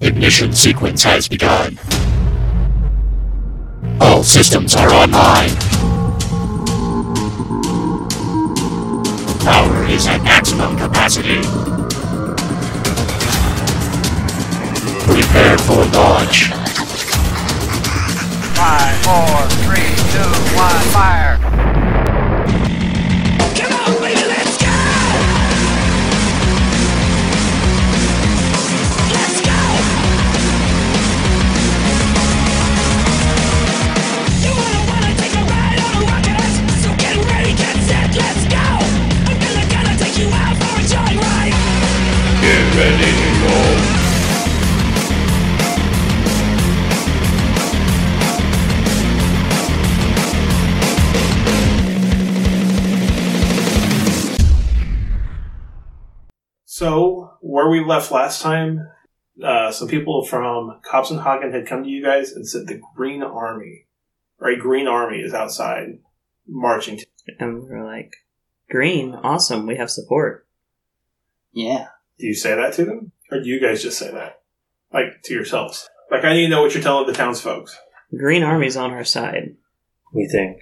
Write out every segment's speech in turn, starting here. Ignition sequence has begun. All systems are online. Power is at maximum capacity. Prepare for launch. Five, four, three, two, one, fire! So, where we left last time, uh, some people from Copenhagen had come to you guys and said the Green Army, or a Green Army, is outside marching. To- And we were like, Green, awesome, we have support. Yeah. do you say that to them, or do you guys just say that, like to yourselves? Like, I need to know what you're telling the townsfolk. Green Army's on our side. We think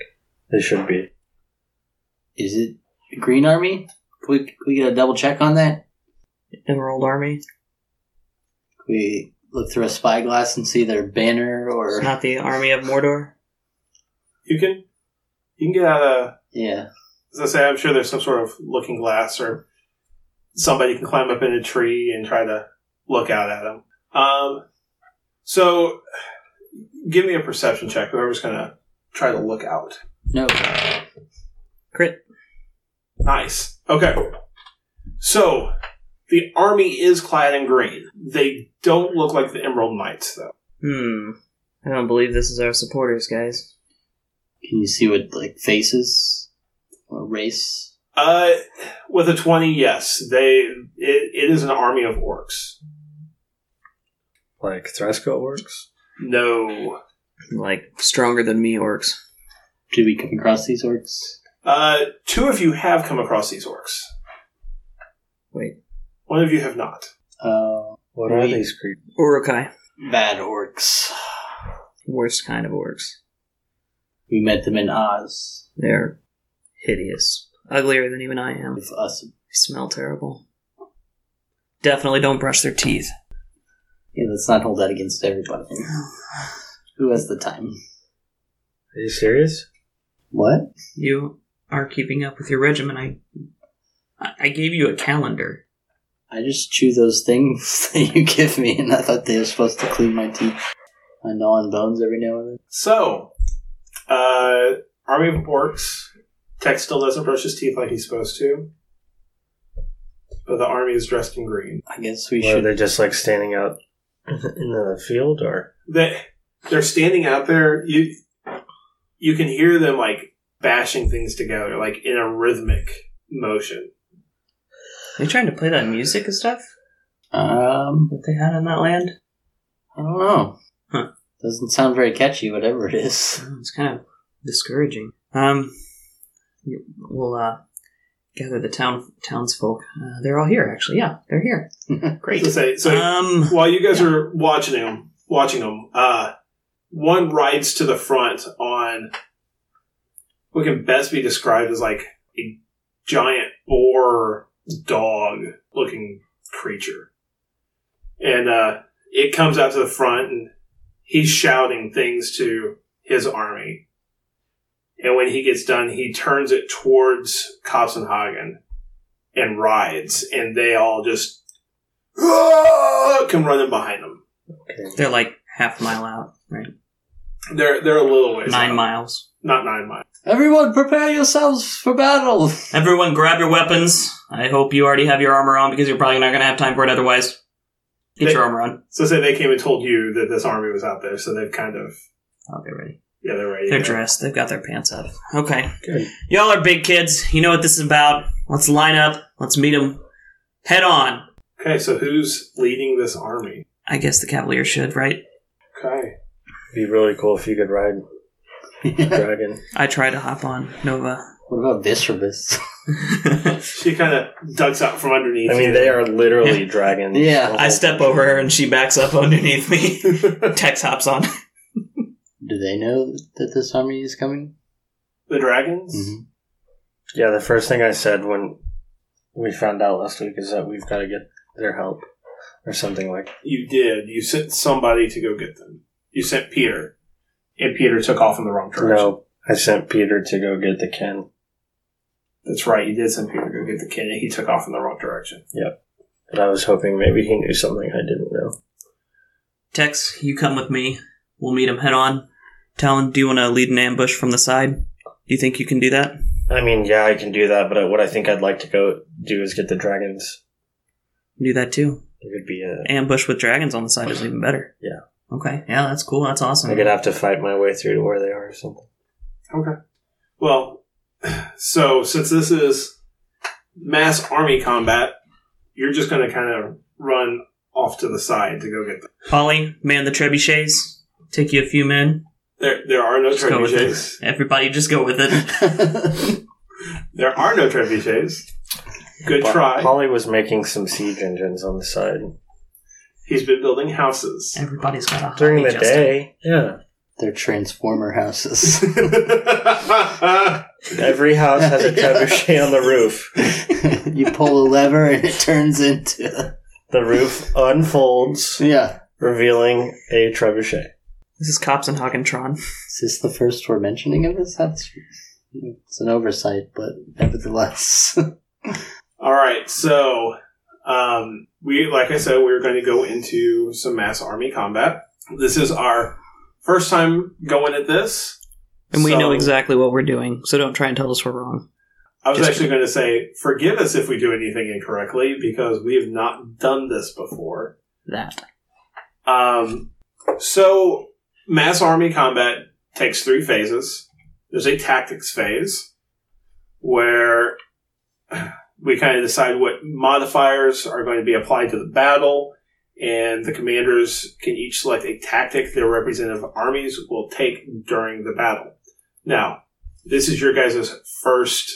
they should be. Is it the Green Army? Can we, can we get a double check on that? Emerald Army. Can we look through a spyglass and see their banner It's or. not the Army of Mordor. You can, you can get out of. Yeah. As I say, I'm sure there's some sort of looking glass or somebody can climb up in a tree and try to look out at them. Um, so give me a perception check, whoever's going to try to look out. No. Crit. Nice. Okay. So the army is clad in green. They don't look like the Emerald Knights, though. Hmm. I don't believe this is our supporters, guys. Can you see what, like, faces? Or race? Uh, with a 20, yes. They it, it is an army of orcs. Like Thrasco works. No. Like, stronger than me orcs. Do we come across these orcs? Uh, two of you have come across these orcs. Wait. One of you have not. Uh, What Right. are these creatures? Urukai. bad orcs. Worst kind of orcs. We met them in Oz. They're hideous. Uglier than even I am. They With us. smell terrible. Definitely don't brush their teeth. Yeah, let's not hold that against everybody. Who has the time? Are you serious? What? You are keeping up with your regimen. I I- I gave you a calendar. I just chew those things that you give me, and I thought they were supposed to clean my teeth. I gnaw on bones every now and then. So, uh, army of orcs. Tech still doesn't brush his teeth like he's supposed to, but the army is dressed in green. I guess we Or are should. they just like standing out in the field or They they're standing out there. You you can hear them like bashing things together, like in a rhythmic motion. Are they trying to play that music and stuff Um, that they had in that land? I don't know. Huh. Doesn't sound very catchy, whatever it is. Oh, It's kind of discouraging. Um, you- we'll uh, gather the town townsfolk. Uh, they're all here, actually. Yeah, they're here. So, Great. say, so Um, while you guys are watching them, watching them, uh, one rides to the front on what can best be described as like a giant boar dog looking creature, and uh, it comes out to the front and he's shouting things to his army. And when he gets done, he turns it towards Kopsenhagen and rides, and they all just "Ah!" come running behind them. okay. they're like half mile out, right? They're they're a little ways. Nine out. miles. Not nine miles. Everyone, prepare yourselves for battle. Everyone, grab your weapons. I hope you already have your armor on because you're probably not going to have time for it otherwise. Get They- your armor on. So say they came and told you that this army was out there, so they've kind of I'll be ready. yeah, they're ready. They're to- dressed. They've got their pants up. Okay. Good. Y'all are big kids. You know what this is about. Let's line up. Let's meet them head on. Okay, so who's leading this army? I guess the Cavalier should, right? Okay. It'd be really cool if you could ride what dragon. I try to hop on Nova. about Viscerus? She kind of ducks out from underneath. I mean, they are literally dragons. Yeah. The I whole step thing. over her and she backs up underneath me. the Tex hops on. Do they know that this army is coming? dragons. Mm-hmm. Mhm. Yeah, the first thing I said when we found out last week is that we've got to get their help or something like. You did. You sent somebody to go get them. You sent Peter, and Peter took off in the wrong direction. No, I sent Peter to go get the Ken. That's right. You did send Peter to go get the kid, and he took off in the wrong direction. But I was hoping maybe he knew something I didn't know. Tex, you come with me. We'll meet him head on. Talon, do you want to lead an ambush from the side? Do you think you can do that? I mean, yeah, I can do that, but what I think I'd like to go do is get the dragons. Do that too. It could be a. Ambush with dragons on the side is even better. Yeah. Okay. Yeah, that's cool. That's awesome. I'm Mm-hmm. gonna have to fight my way through to where they are or something. Okay. Well, so since this is mass army combat, you're just going to kind of run off to the side to go get them. Polly, man the trebuchets. Take you a few men. There, there are no Just go with trebuchets. Everybody, just go with it. There are no trebuchets. Good try. Polly was making some siege engines on the side He's been building houses. Everybody's got a hobby, during the Justin. day. Yeah, They're transformer houses. every house has a Yeah. trebuchet on the roof. you pull a lever and it turns into The roof unfolds, yeah. revealing a trebuchet. This is Cops and Hoggentron. Is this the first we're mentioning of this? That's it's an oversight, but nevertheless, All right, so um, we, like I said, we are going to go into some mass army combat. This is our first time going at this, And we So- know exactly what we're doing, so don't try and tell us we're wrong. I was Just- actually going to say, forgive us if we do anything incorrectly because we have not done this before. That. Um, so, mass army combat takes three phases. There's a tactics phase where we kind of decide what modifiers are going to be applied to the battle, and the commanders can each select a tactic their representative armies will take during the battle. Now, this is your guys' first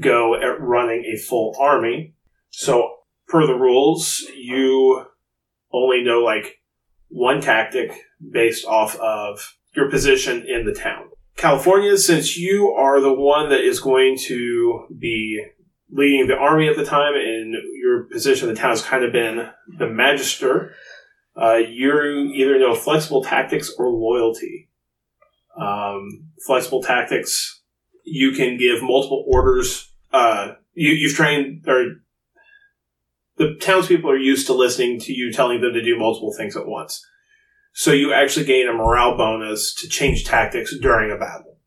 go at running a full army. So, per the rules, you only know like one tactic based off of your position in the town. California, since you are the one that is going to be leading the army at the time and your position in the town has kind of been the magister, uh, you either know flexible tactics or loyalty. Um, flexible tactics you can give multiple orders. Uh, you, you've trained, or the townspeople are used to listening to you telling them to do multiple things at once. So you actually gain a morale bonus to change tactics during a battle.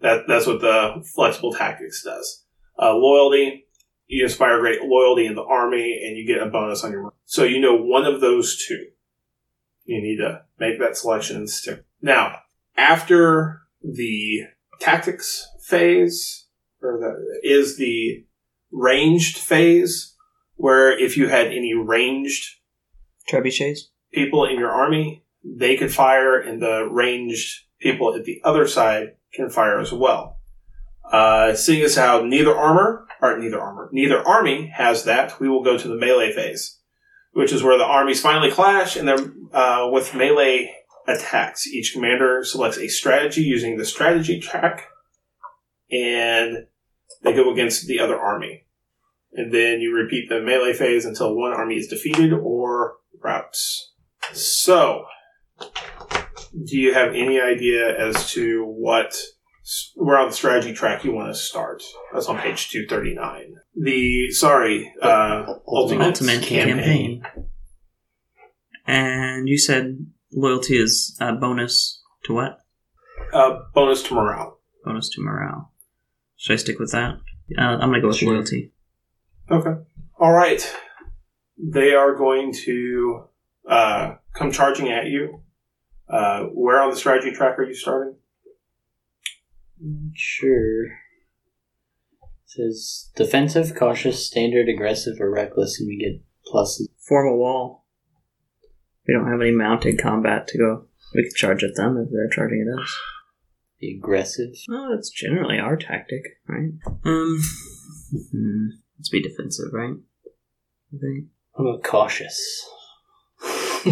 That, that's what the flexible tactics does. Uh, loyalty, you inspire great loyalty in the army, and you get a bonus on your. morale. So you know one of those two. You need to make that selection and stick. Now, after the tactics phase, or the, is the ranged phase, where if you had any ranged Trebuchets? people in your army, they could fire, and the ranged people at the other side can fire as well. Uh, seeing as how neither armor, or neither armor, neither army has that, we will go to the melee phase, which is where the armies finally clash, and they're uh, with melee attacks. Each commander selects a strategy using the strategy track, and they go against the other army. And then you repeat the melee phase until one army is defeated or routes. So, do you have any idea as to what where on the strategy track you want to start? That's on page two thirty nine. The sorry, uh, ultimate, Ultimate campaign. And you said loyalty is a bonus to what? uh, bonus to morale. Bonus to morale. Should I stick with that? Uh, I'm gonna go with Sure. loyalty. Okay. All right. They are going to uh, come charging at you. Uh, where on the strategy track are you starting? sure. says defensive, cautious, standard, aggressive, or reckless, and we get pluses. Form a wall. We don't have any mounted combat to go. We could charge at them if they're charging at us. Be aggressive. Well, that's generally our tactic, right? Um, hmm, let's be defensive, right? I think. I'm a cautious.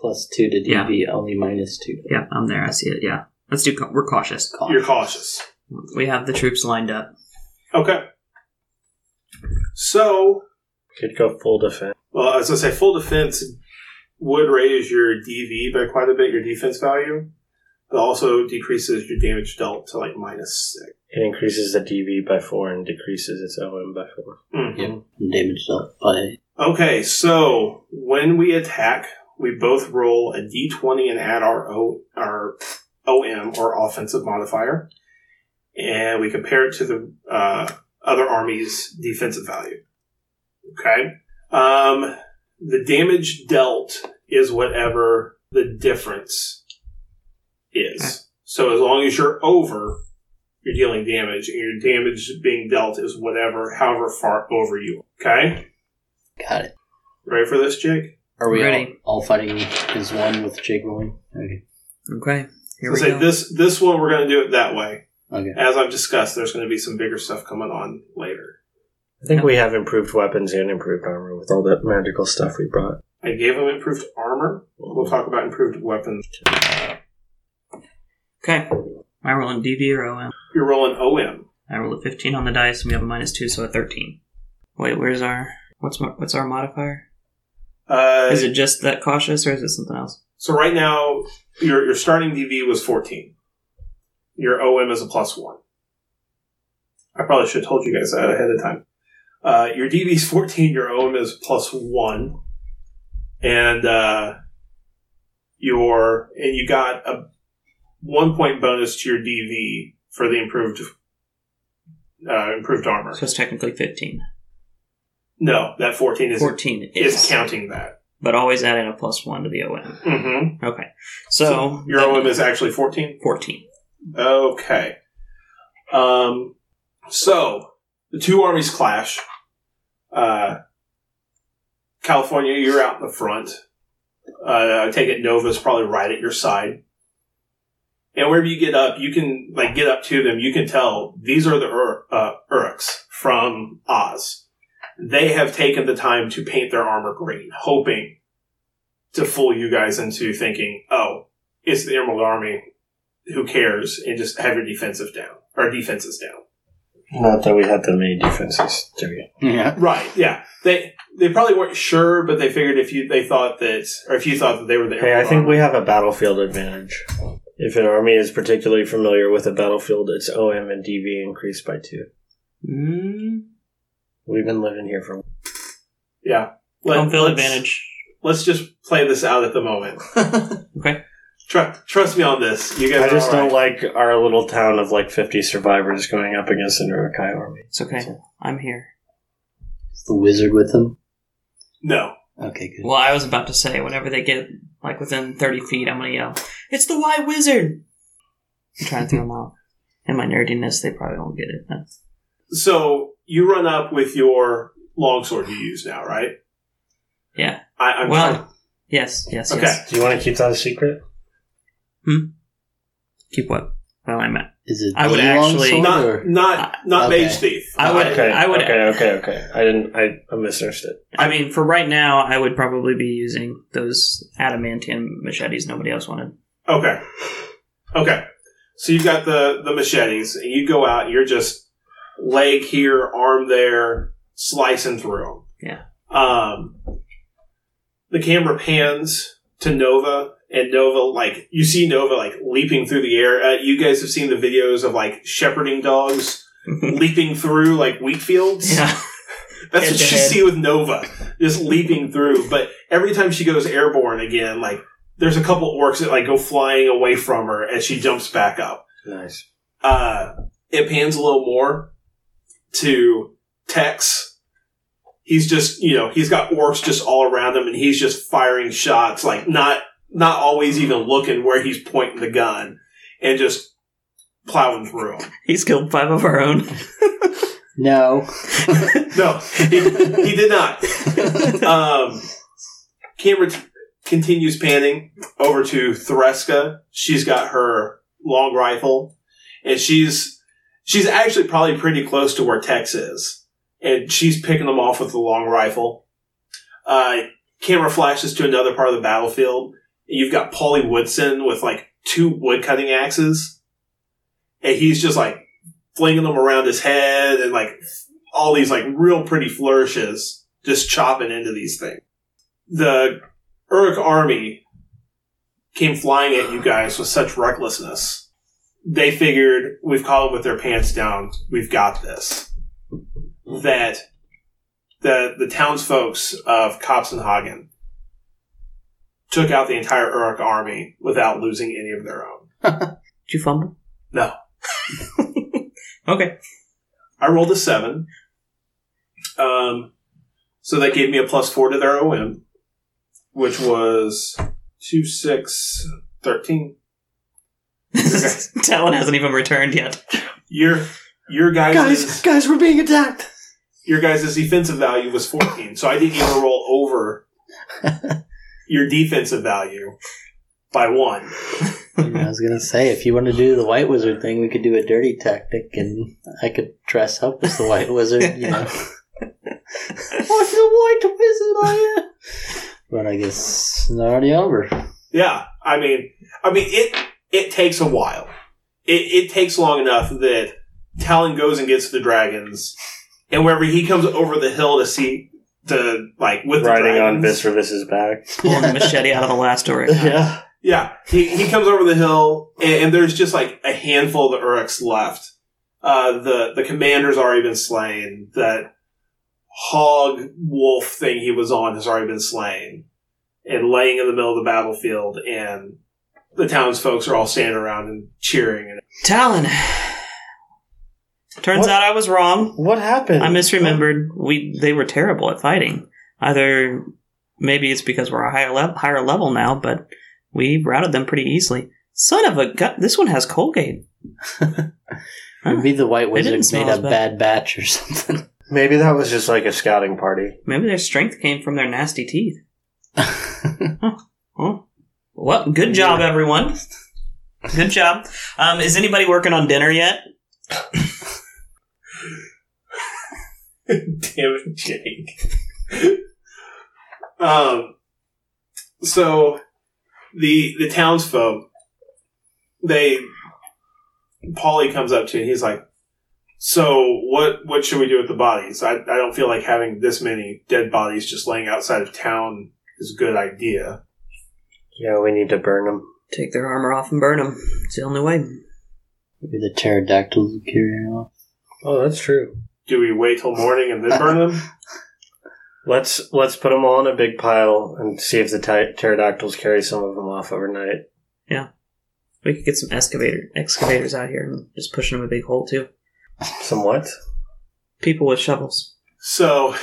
Plus two to Yeah. DB, only minus two. Yeah, I'm there. I see it. Yeah, let's do. Ca- we're cautious. You're cautious. We have the troops lined up. Okay. So, Could go full defense. well, I was going to say full defense would raise your DV by quite a bit, your defense value, but also decreases your damage dealt to like minus six. It increases the DV by four and decreases its OM by four. Mhm. Yep. And damage dealt by Okay, so when we attack, we both roll a d20 and add our o, our OM or offensive modifier, and we compare it to the uh, other army's defensive value. Okay, um, the damage dealt is whatever the difference is. So as long as you're over, you're dealing damage, and your damage being dealt is whatever, however far over you. are. Okay. Got it. Ready for this, Jake? Are we all, Ready. all fighting as one with Jake rolling? Okay. Okay, So here we say go. this this one we're going to do it that way. Okay. As I've discussed, there's going to be some bigger stuff coming on later. I think we have improved weapons and improved armor with all that magical stuff we brought. I gave him improved armor. We'll talk about improved weapons. Okay, am I rolling DV or OM? You're rolling OM. I rolled a 15 on the dice, and we have a minus two, so a 13. Wait, where's our what's mo- what's our modifier? Uh, Is it just that cautious, or is it something else? so right now, your your starting DV was 14. Your OM is a plus one. I probably should have told you guys that ahead of time. Uh, your DV is 14. Your OM is plus one, and uh, your and you got a one point bonus to your DV for the improved uh, improved armor. So it's technically 15. No, that 14 is 14 is is, counting that. but always add in a plus one to the OM. hmm Okay, so, Your that- OM is actually 14. 14. Okay. Um, so the two armies clash. Uh, California, you're out in the front. Uh, I take it Nova's probably right at your side. And wherever you get up, you can like get up to them. You can tell these are the Ur- uh, Uruks from Oz. They have taken the time to paint their armor green, hoping to fool you guys into thinking, "Oh, it's the Emerald Army who cares and just have your defensive down or defenses down. Not that we had that many defenses. Do we? Yeah. Right. Yeah. They they probably weren't sure, but they figured if you they thought that or if you thought that they were the Hey, I think we have a battlefield advantage. If an army is particularly familiar with a battlefield, its OM and DV increase by two. Mm, We've been living here for. yeah. home field let's- advantage. Let's just play this out at the moment. Okay. Trust trust me on this. You guys. I just are all don't like our little town of like fifty survivors going up against an Urukai army. It's okay. I'm here. Is the wizard with him? No. Okay, good. Well, I was about to say, whenever they get like within 30 feet, I'm going to yell, It's the Y Wizard! I'm trying to throw them off. In my nerdiness, they probably won't get it. That's- So you run up with your longsword you use now, right? yeah. I, I'm well, trying- yes, yes, Okay. yes. Do you want to keep that a secret? Keep what? Well, I'm at. Is it I would the actually- longsword, not or- not not Okay. mage thief. I would- Okay, I would- okay, okay, okay. I didn't. I, I misunderstood. I mean, for right now, I would probably be using those adamantium machetes nobody else wanted. Okay. Okay. So you've got the the machetes, and you go out. You're just leg here, arm there, slicing through them. Yeah. Um, the camera pans to Nova, and Nova like you see Nova like leaping through the air. Uh, you guys have seen the videos of like shepherding dogs leaping through like wheat fields. yeah. That's Head what to you head. see with Nova, just leaping through. But every time she goes airborne again, like there's a couple orcs that like go flying away from her as she jumps back up. Nice. Uh, it pans a little more to Tex. He's just you know he's got orcs just all around him, and he's just firing shots like not not always even looking where he's pointing the gun, and just plowing through 'em. He's killed five of our own. No. No, he, he did not. um, camera t- continues panning over to Threska. She's got her long rifle. and she's she's actually probably pretty close to where Tex is, and she's picking them off with the long rifle. Uh, camera flashes to another part of the battlefield. You've got Paulie Woodson with like two wood cutting axes, and he's just like flinging them around his head and like all these like real pretty flourishes, just chopping into these things. The Uruk army came flying at you guys with such recklessness. They figured we've caught them with their pants down. We've got this. That the the townsfolks of Kopsenhagen took out the entire Uruk army without losing any of their own. Did you fumble? No. Okay. I rolled a seven. Um, so that gave me a plus four to their OM, which was two, six, 13. Talon hasn't even returned yet. Your, your guys', Guys, guys, we're being attacked. your guys' defensive value was 14. So I didn't even roll over your defensive value by one. I was gonna say, if you want to do the White Wizard thing, we could do a dirty tactic, and I could dress up as the White Wizard. You know, I'm the White Wizard, I am. But I guess it's already over. Yeah, I mean, I mean it. It takes a while. It, it takes long enough that Talon goes and gets the dragons, and wherever he comes over the hill to see the like with the Riding on dragons, Viscervis's back. Pulling the machete out of the last door. Yeah. Yeah, he, he comes over the hill, and, and there's just like a handful of the Uruks left. Uh, the the commander's already been slain. That hog wolf thing he was on has already been slain, and laying in the middle of the battlefield. And the townsfolks are all standing around and cheering. And Talon. Turns What? out I was wrong. What happened? I misremembered. We they were terrible at fighting. Either maybe it's because we're a higher level, higher level now, but we routed them pretty easily. Son of a gun! This one has Colgate. Huh. Maybe the White didn't Wizard smell made a as bad. bad batch or something. Maybe that was just like a scouting party. Maybe their strength came from their nasty teeth. Huh. Well, good job, everyone. Good job. Um, is anybody working on dinner yet? Damn it, Jake. um, so the the townsfolk, they, Polly comes up to you and he's like, "So what? What should we do with the bodies? I I don't feel like having this many dead bodies just laying outside of town is a good idea." Yeah, we need to burn them. Take their armor off and burn them. It's the only way. Maybe the pterodactyls would carry it off. Oh, that's true. Do we wait till morning and then burn them? Let's let's put them all in a big pile and see if the ty- pterodactyls carry some of them off overnight. We could get some excavator excavators out here and just pushing them a big hole too. Some what? People with shovels. So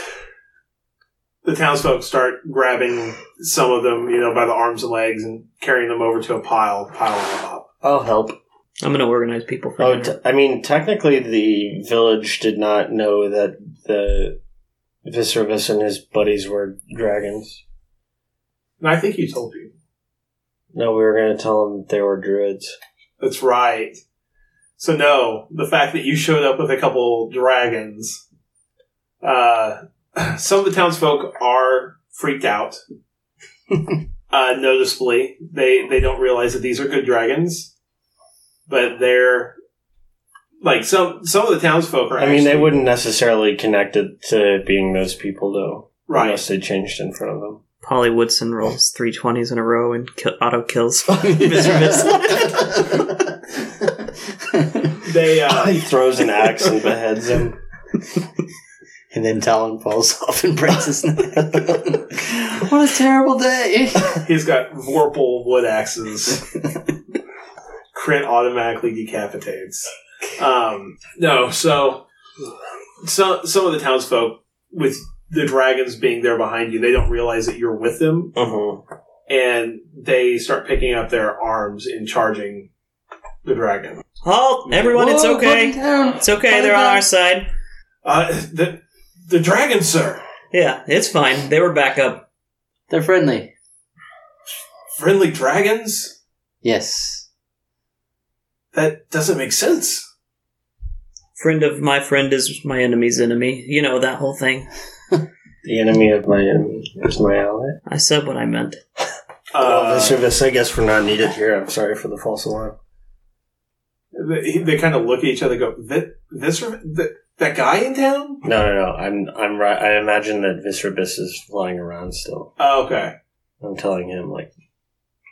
the townsfolk start grabbing some of them, you know, by the arms and legs and carrying them over to a pile, piling them up. I'll help. I'm gonna organize people for Oh, dinner. t- I mean, technically, the village did not know that the Viservis and his buddies were dragons. And I think you told people. No, we were going to tell them that they were druids. That's right. So no, the fact that you showed up with a couple dragons, uh, some of the townsfolk are freaked out. uh, noticeably, they they don't realize that these are good dragons, but they're like some some of the townsfolk are. I mean, they actually- wouldn't necessarily connect it to being those people, though, right. unless they changed in front of them. Polly Woodson rolls three twenties in a row and kill- auto kills. They he uh, throws an axe and beheads him. and then Talon falls off and breaks his neck. what a terrible day! he's got Vorpal wood axes. Crit automatically decapitates. Um, no, so some some of the townsfolk with the dragons being there behind you, they don't realize that you're with them, Uh-huh. and they start picking up their arms and charging the dragon. Halt, everyone! it's Whoa, okay. put it down. It's okay. They're on our side. Uh, the the dragon, sir, Yeah, it's fine. They were back up. They're friendly. friendly dragons. Yes. That doesn't make sense. Friend of my friend is my enemy's enemy. You know, that whole thing. The enemy of my enemy is my ally. I said what I meant. well, Uh, this service, I guess, we're not needed here. I'm sorry for the false alarm. they they kind of look at each other and go, "That- this, that, that guy in town? No, no, no. I'm, I'm right. I imagine that Viscerabus is flying around still. Oh, okay. I'm telling him, like,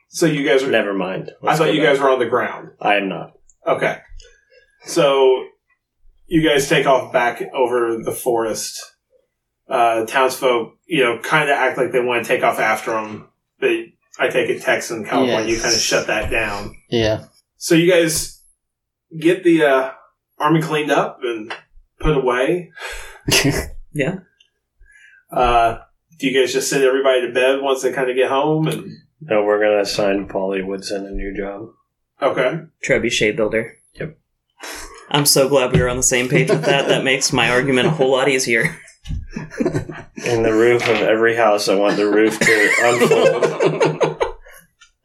So you guys are. never mind. I thought you guys were on the ground. I am not. Okay. So you guys take off back over the forest. Uh, townsfolk, you know, kind of act like they want to take off after them, but I take it Tex and California Yes. kind of shut that down. Yeah. So you guys get the uh, army cleaned up and put away. Yeah. Uh, do you guys just send everybody to bed once they kind of get home? And No, we're gonna assign Polly Woodson a new job. okay, Trebuchet builder. Yep. I'm so glad we were on the same page with that. that makes my argument a whole lot easier. In the roof of every house, I want the roof to unfold.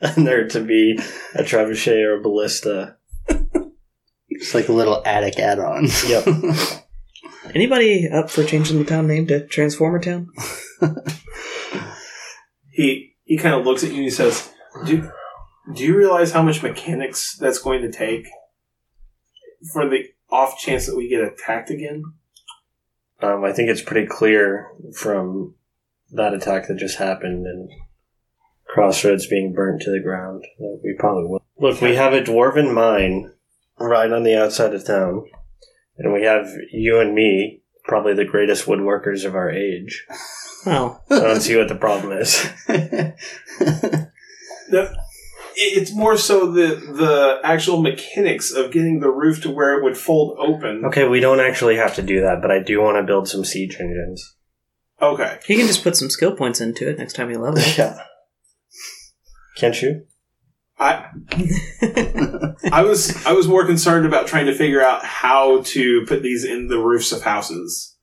and there to be a trebuchet or a ballista. It's like a little attic add on. Yep. Anybody up for changing the town name to Transformer Town? he he kind of looks at you and he says, "Do do you realize how much mechanics that's going to take for the off chance that we get attacked again?" Um, I think it's pretty clear from that attack that just happened and Crossroads being burnt to the ground that we probably will. Look, we have a dwarven mine right on the outside of town, and we have you and me, probably the greatest woodworkers of our age. Oh, I don't see what the problem is. It- It's more so the the actual mechanics of getting the roof to where it would fold open. Okay, we don't actually have to do that, but I do want to build some siege engines. Okay. he can just put some skill points into it next time he levels. Yeah. Can't you? I I was I was more concerned about trying to figure out how to put these in the roofs of houses.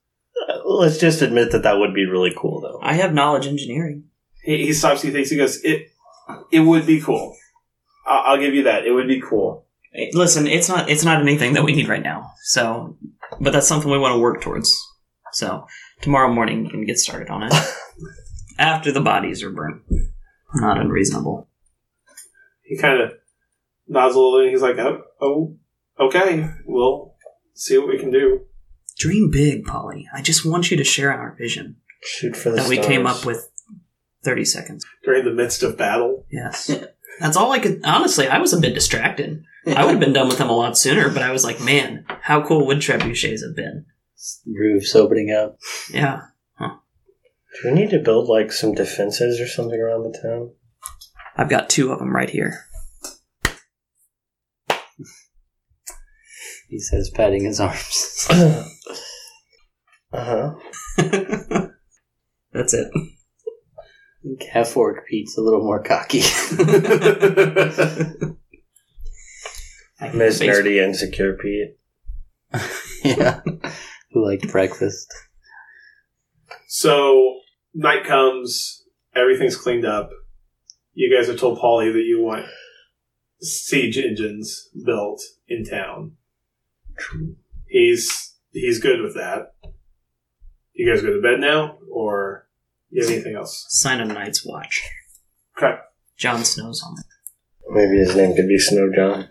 Uh, Let's just admit that that would be really cool, though. I have knowledge engineering. He, he stops. He thinks. He goes. It it would be cool. I- I'll give you that. It would be cool. Eh, Listen, it's not it's not anything that we need right now. So, but that's something we want to work towards. So, tomorrow morning we can get started on it. After the bodies are burnt. Not unreasonable. he kind of nods a little and he's like, oh, oh, okay, we'll see what we can do. Dream big, Polly. I just want you to share our vision Shoot for the that we stars. came up with 30 seconds. During the midst of battle, Yes. That's all I could. Honestly, I was a bit distracted. I would have been done with them a lot sooner, but I was like, man, how cool would trebuchets have been? Roof's opening up. Yeah. Do we need to build like some defenses or something around the town? I've got two of them right here. He says, patting his arms. Uh huh. That's it. Half orc Pete's a little more cocky. I can Miss base- Nerdy Insecure Pete. yeah. Who liked breakfast? so night comes, everything's cleaned up. You guys have told Polly that you want siege engines built in town. He's he's good with that. You guys go to bed now, or you have anything else? Sign of Night's Watch. Okay. John Snow's on it. Maybe his name could be Snow John.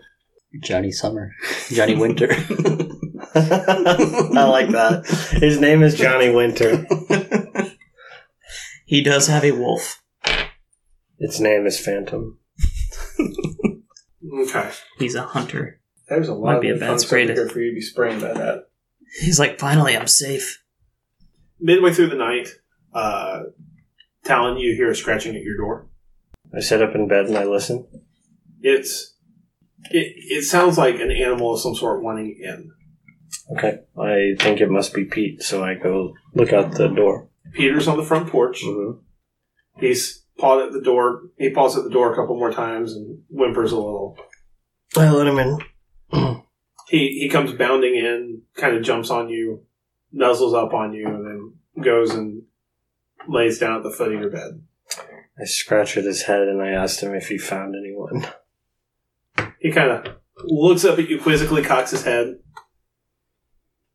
Johnny Summer. Johnny Winter. I like that. His name is Johnny Winter. He does have a wolf. Its name is Phantom. Okay, He's a hunter. there's a lot Might be of a bad fun spray stuff to- here for you to be spraying by that. He's like, finally, I'm safe. midway through the night, uh, Talon, you hear scratching at your door. I sit up in bed and I listen. It's it, it sounds like an animal of some sort wanting in. Okay. I think it must be Pete, so I go look out the door. Peter's on the front porch. Mm-hmm. He's pawed at the door. He paws at the door a couple more times and whimpers a little. I let him in. He he comes bounding in, kind of jumps on you, nuzzles up on you, and then goes and lays down at the foot of your bed. I scratch at his head and I asked him if he found anyone. He kind of looks up at you quizzically, cocks his head,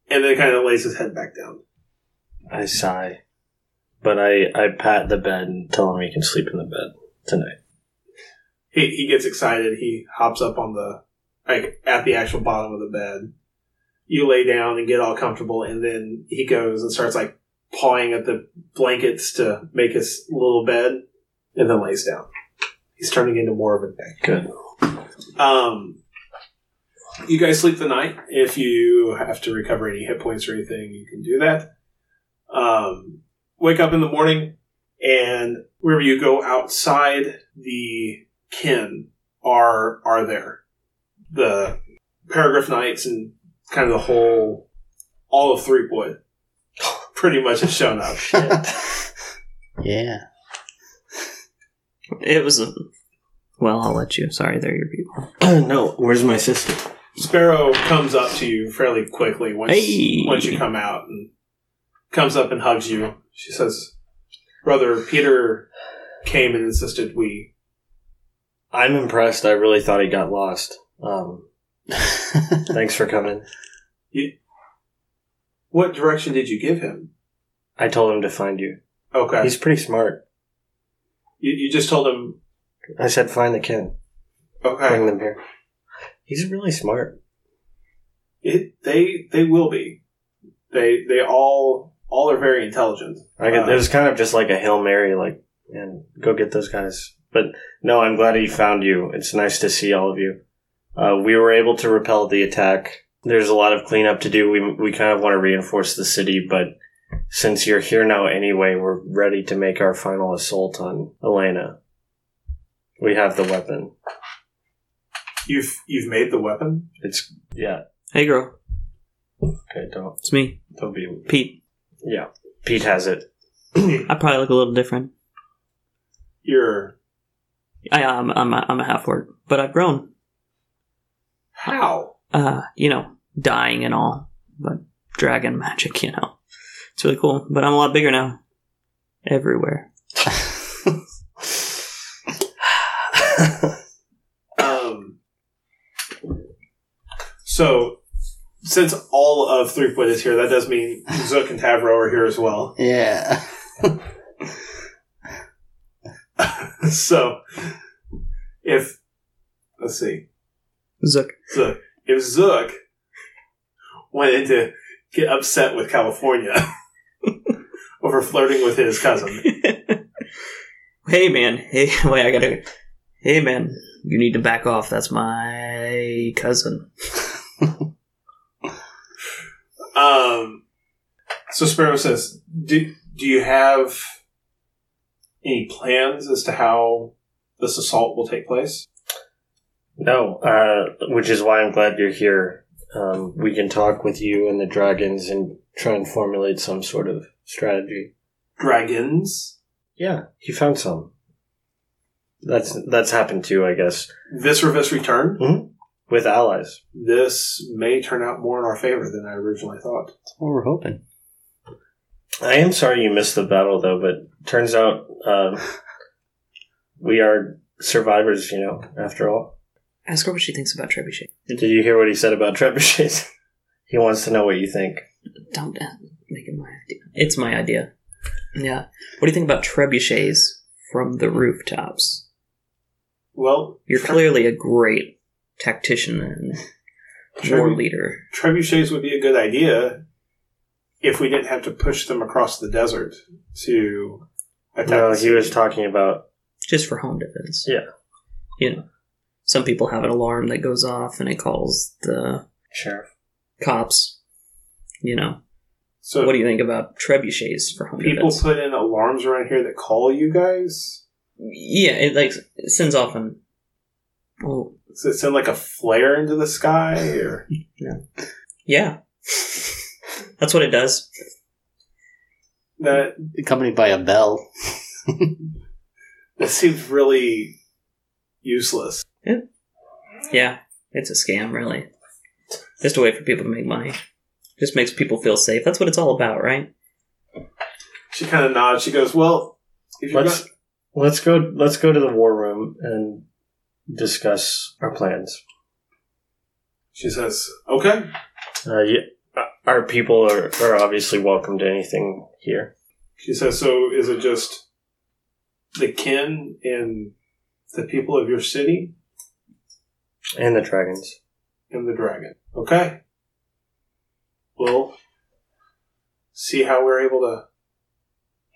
and then kind of lays his head back down. I sigh, but I I pat the bed and tell him he can sleep in the bed tonight. He he gets excited. He hops up on the like at the actual bottom of the bed. You lay down and get all comfortable, and then he goes and starts like pawing at the blankets to make his little bed, and then lays down. He's turning into more of a dick. Good. Um, you guys sleep the night. If you have to recover any hit points or anything, you can do that. Um, wake up in the morning, and wherever you go outside, the kin are are there. The paragraph knights and kind of the whole all of Threepwood pretty much has shown up. Yeah. It was a. Well, I'll let you. Sorry, they're your people. no, where's my sister? Sparrow comes up to you fairly quickly once Hey. once you come out and comes up and hugs you. She says, "Brother Peter came and insisted we." I'm impressed. I really thought he got lost. Um, thanks for coming. What direction did you give him? I told him to find you. Okay, He's pretty smart. you, you just told him. I said, find the kid. Bring Okay, them here. He's really smart. it, they they will be. They they all all are very intelligent. I get, Uh, it was kind of just like a hail mary, like, and go get those guys. But no, I'm glad he found you. It's nice to see all of you. Uh, we were able to repel the attack. There's a lot of cleanup to do. We we kind of want to reinforce the city, but since you're here now anyway, we're ready to make our final assault on Elena. We have the weapon. You've you've made the weapon. It's yeah. Hey, girl. Okay, don't It's me, don't be Pete. yeah. Pete has it. I probably look a little different. You're I, I'm, I'm, a, I'm a half orc, but I've grown. how? Uh, you know, dying and all, but dragon magic, you know. It's really cool, but I'm a lot bigger now. Everywhere. Um, so, since all of Threepwood is here, that does mean Zook and Tavro are here as well. Yeah. So, if let's see, Zook. Zook, if Zook wanted to get upset with California over flirting with his cousin, Hey, man. Hey, wait, I gotta. Hey, man. You need to back off. That's my cousin. um, so Sparrow says, "Do do you have any plans as to how this assault will take place?" No, uh, which is why I'm glad you're here. Um, we can talk with you and the dragons and try and formulate some sort of strategy. Dragons. Yeah, he found some. That's that's happened too, I guess, this or this return, with allies. this may turn out more in our favor than I originally thought. That's what we're hoping. I am sorry you missed the battle though, but turns out um, we are survivors. You know, after all. Ask her what she thinks about Trebuchet. Did you hear what he said about trebuchets? he wants to know what you think. Don't uh, make it my idea. It's my idea. Yeah. What do you think about trebuchets from the rooftops? Well, You're clearly a great tactician and war Trebuchet- leader. trebuchets would be a good idea if we didn't have to push them across the desert to attack. No, the he was city. talking about just for home defense. Yeah. You know, some people have an alarm that goes off and it calls the sheriff. cops. You know, so what do you think about trebuchets for home people defense? put in alarms around here that call you guys. yeah, it like it sends off an. Oh Does it send like a flare into the sky? Or yeah, that's what it does. that Accompanied by a bell. that seems really useless. Yeah, it's a scam, really. Just a way for people to make money. Just makes people feel safe. That's what it's all about, right? She kind of nods. She goes, "Well, if you're Let's not, let's go let's go to the war room and discuss our plans. She says, "Okay, Uh, yeah, uh, our people are, are obviously welcome to anything here. She says, "So is it just the kin and the people of your city And the dragons. and the dragon?" Okay. We'll see how we're able to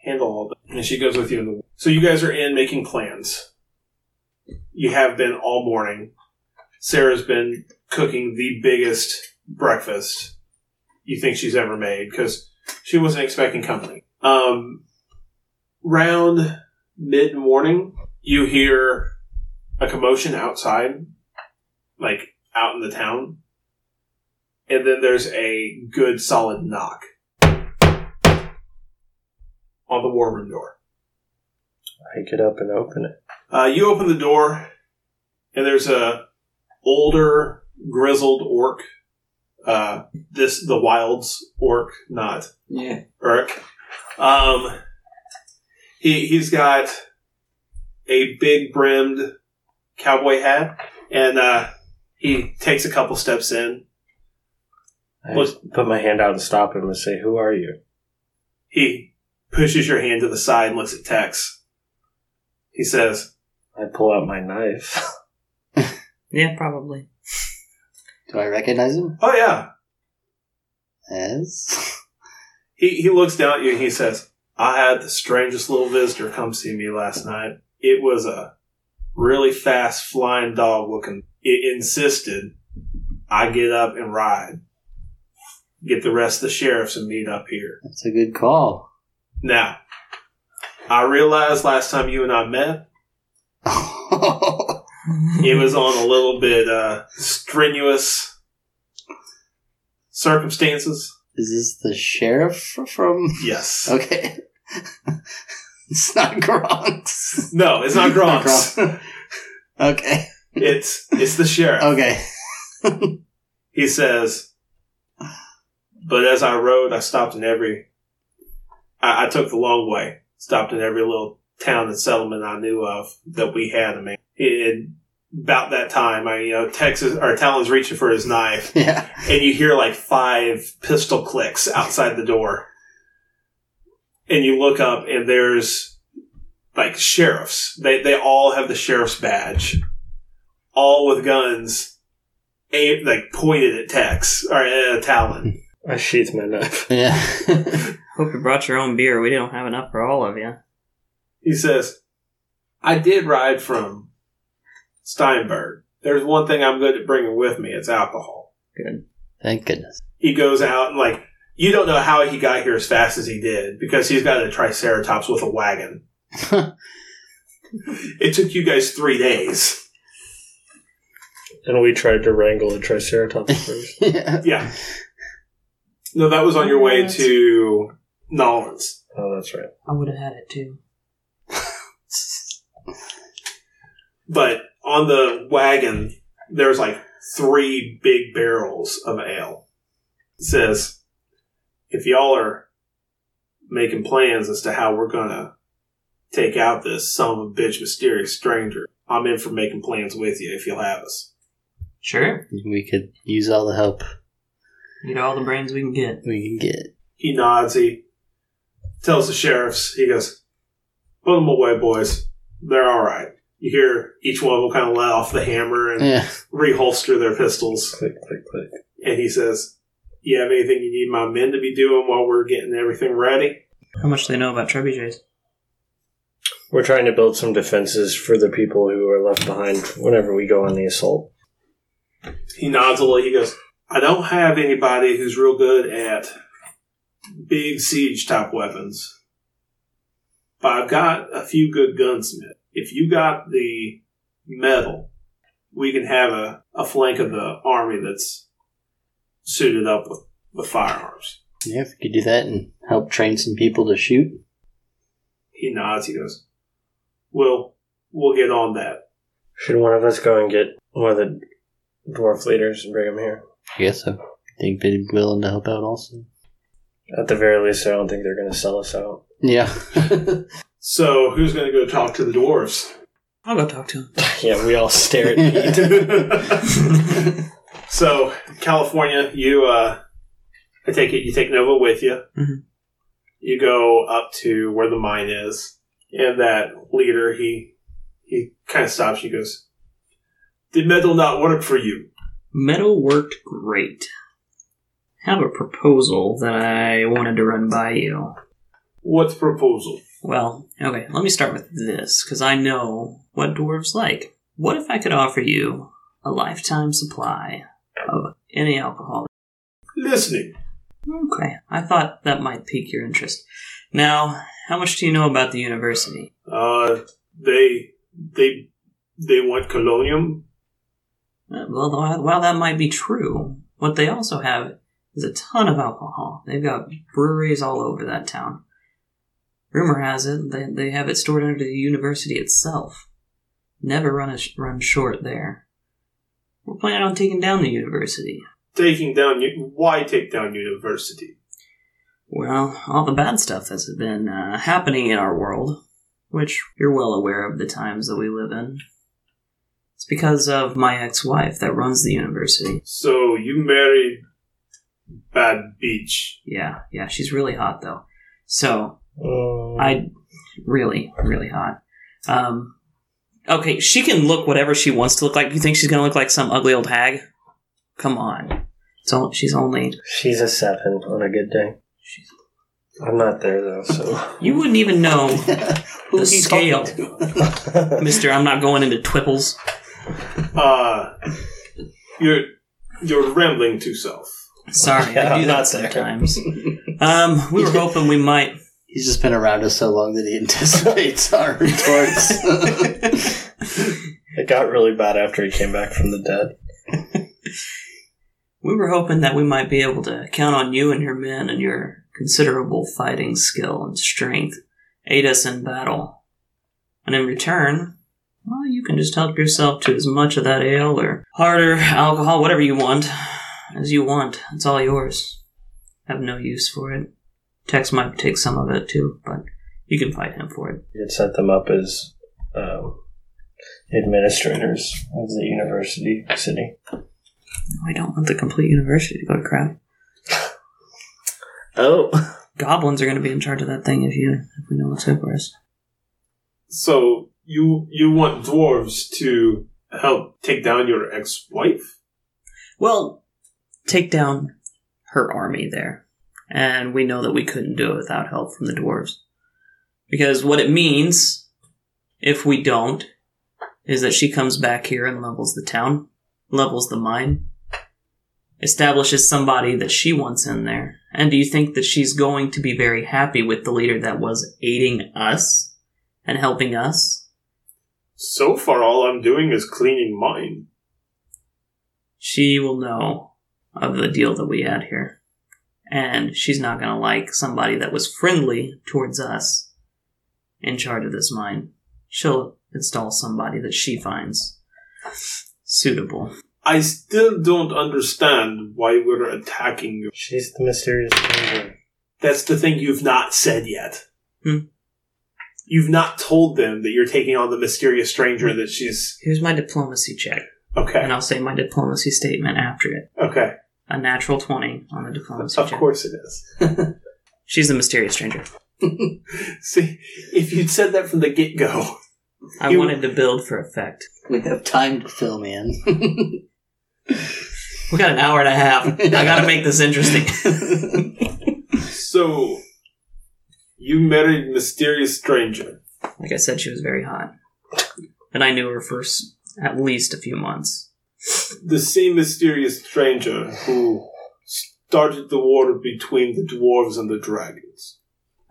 handle all that. And she goes with you. In the- so you guys are in making plans. You have been all morning. Sarah's been cooking the biggest breakfast you think she's ever made because she wasn't expecting company. Um, round mid morning, you hear a commotion outside, like out in the town. And then there's a good solid knock on the war room door. I get up and open it. Uh, you open the door, and there's a older, grizzled orc. Uh, this the wilds orc, not Yeah. Eric. Um, he he's got a big brimmed cowboy hat, and uh, he takes a couple steps in. I Well- just put my hand out and stop him and say, Who are you? He pushes your hand to the side and looks at Tex. He says, I pull out my knife. Yeah, probably. Do I recognize him "Oh yeah." as? He he looks down at you and he says, "I had the strangest little visitor come see me last night. It was a really fast flying dog looking. It insisted I get up and ride. Get the rest of the sheriffs and meet up here." That's a good call. Now, I realized last time you and I met, it was on a little bit uh, strenuous circumstances. Is this the sheriff from? Yes. Okay. it's not Gronks. No, it's not Gronks. Gronk. okay. it's it's the sheriff. Okay. He says, but as I rode, I stopped in every. I, I took the long way. Stopped in every little town and settlement I knew of that we had. I mean, it, about that time, I you know Texas or Talon's reaching for his knife, Yeah. and you hear like five pistol clicks outside the door. And you look up, and there's like sheriffs. They they all have the sheriff's badge, all with guns, aimed, like pointed at Tex or at Talon. I sheath my knife. Yeah. Hope you brought your own beer. We don't have enough for all of you. He says, "I did ride from Steinberg. There's one thing I'm good at bringing with me. It's alcohol." Good. Thank goodness. he goes out and like you don't know how he got here as fast as he did because he's got a triceratops with a wagon. it took you guys three days. And we tried to wrangle a triceratops first. yeah. Yeah. No, that was on your way to Nolans. Oh, that's right. I would have had it too. But on the wagon, there's like three big barrels of ale. It says, if y'all are making plans as to how we're gonna take out this son of a bitch mysterious stranger, I'm in for making plans with you if you'll have us. Sure. We could use all the help Get all the brains we can get. we can get. He nods, he tells the sheriffs, he goes, put them away, boys. They're alright. You hear each one will kind of let off the hammer and Yeah. reholster their pistols. Click, click, click. And he says, You have anything you need my men to be doing while we're getting everything ready? How much do they know about trebuchets? We're trying to build some defenses for the people who are left behind whenever we go on the assault. He nods a little. He goes, I don't have anybody who's real good at big siege type weapons, but I've got a few good gunsmiths. If you got the metal, we can have a, a flank of the army that's suited up with, with firearms. Yeah, if we could do that and help train some people to shoot. He nods. He goes, We'll, we'll get on that. Should one of us go and get one of the dwarf leaders and bring him here? I guess so. I think they'd be willing to help out also. At the very least, I don't think they're going to sell us out. Yeah. So who's going to go talk to the dwarves? I'll go talk to him. Yeah, we all stare at Pete. so So California, you uh, I take it you take Nova with you. Mhm. You go up to where the mine is, and that leader he he kind of stops. He goes, "Did metal not work for you?" Metal worked great. Have a proposal that I wanted to run by you. What proposal? Well, okay, let me start with this, because I know what dwarves like. What if I could offer you a lifetime supply of any alcohol? Listening. Okay, I thought that might pique your interest. Now, how much do you know about the university? Uh, they they they want colonium. Uh, Well, th- while that might be true, what they also have is a ton of alcohol. They've got breweries all over that town. Rumor has it that they have it stored under the university itself. Never run a sh- run short there. We're planning on taking down the university. Taking down u- why take down university? Well, all the bad stuff that's been uh, happening in our world, which you're well aware of the times that we live in. It's because of my ex-wife that runs the university. So you married bad bitch. Yeah, yeah, she's really hot though. So Um, I really, really hot. Um, okay, she can look whatever she wants to look like. You think she's gonna look like some ugly old hag? Come on, so she's only. she's a seven on a good day. I'm not there though, so You wouldn't even know, Who The scale. to? Mister. I'm not going into twipples. Uh, you're you're rambling to self. Sorry, Yeah, I do that I'm not there. sometimes. um, we were hoping we might. He's just been around us so long that he anticipates our retorts. it got really bad after he came back from the dead. We were hoping that we might be able to count on you and your men and your considerable fighting skill and strength aid us in battle. And in return, well, you can just help yourself to as much of that ale or harder alcohol, whatever you want, as you want. It's all yours. I have no use for it. Tex might take some of it too, but you can fight him for it. He had set them up as um, administrators of the university city. I don't want the complete university to go to crap. Oh, Goblins are going to be in charge of that thing if you if we know what's over us. So you you want dwarves to help take down your ex-wife? Well, take down her army there. And we know that we couldn't do it without help from the dwarves. Because what it means, if we don't, is that she comes back here and levels the town, levels the mine, establishes somebody that she wants in there. And do you think that she's going to be very happy with the leader that was aiding us and helping us? So far, all I'm doing is cleaning mine. she will know of the deal that we had here. And she's not going to like somebody that was friendly towards us in charge of this mine. She'll install somebody that she finds suitable. I still don't understand why we're attacking you. she's the mysterious stranger. That's the thing you've not said yet. Hmm. You've not told them that you're taking on the mysterious stranger that she's Here's my diplomacy check, and okay. I'll say my diplomacy statement after it. Okay, A natural 20 on the diplomacy of check. course it is. She's the mysterious stranger. See, if you'd said that from the get go, I You- wanted to build for effect. we have time to fill, man. We got an hour and a half. I got to make this interesting. so you married mysterious stranger. Like I said, she was very hot. And I knew her for s- at least a few months. the same mysterious stranger who started the war between the dwarves and the dragons.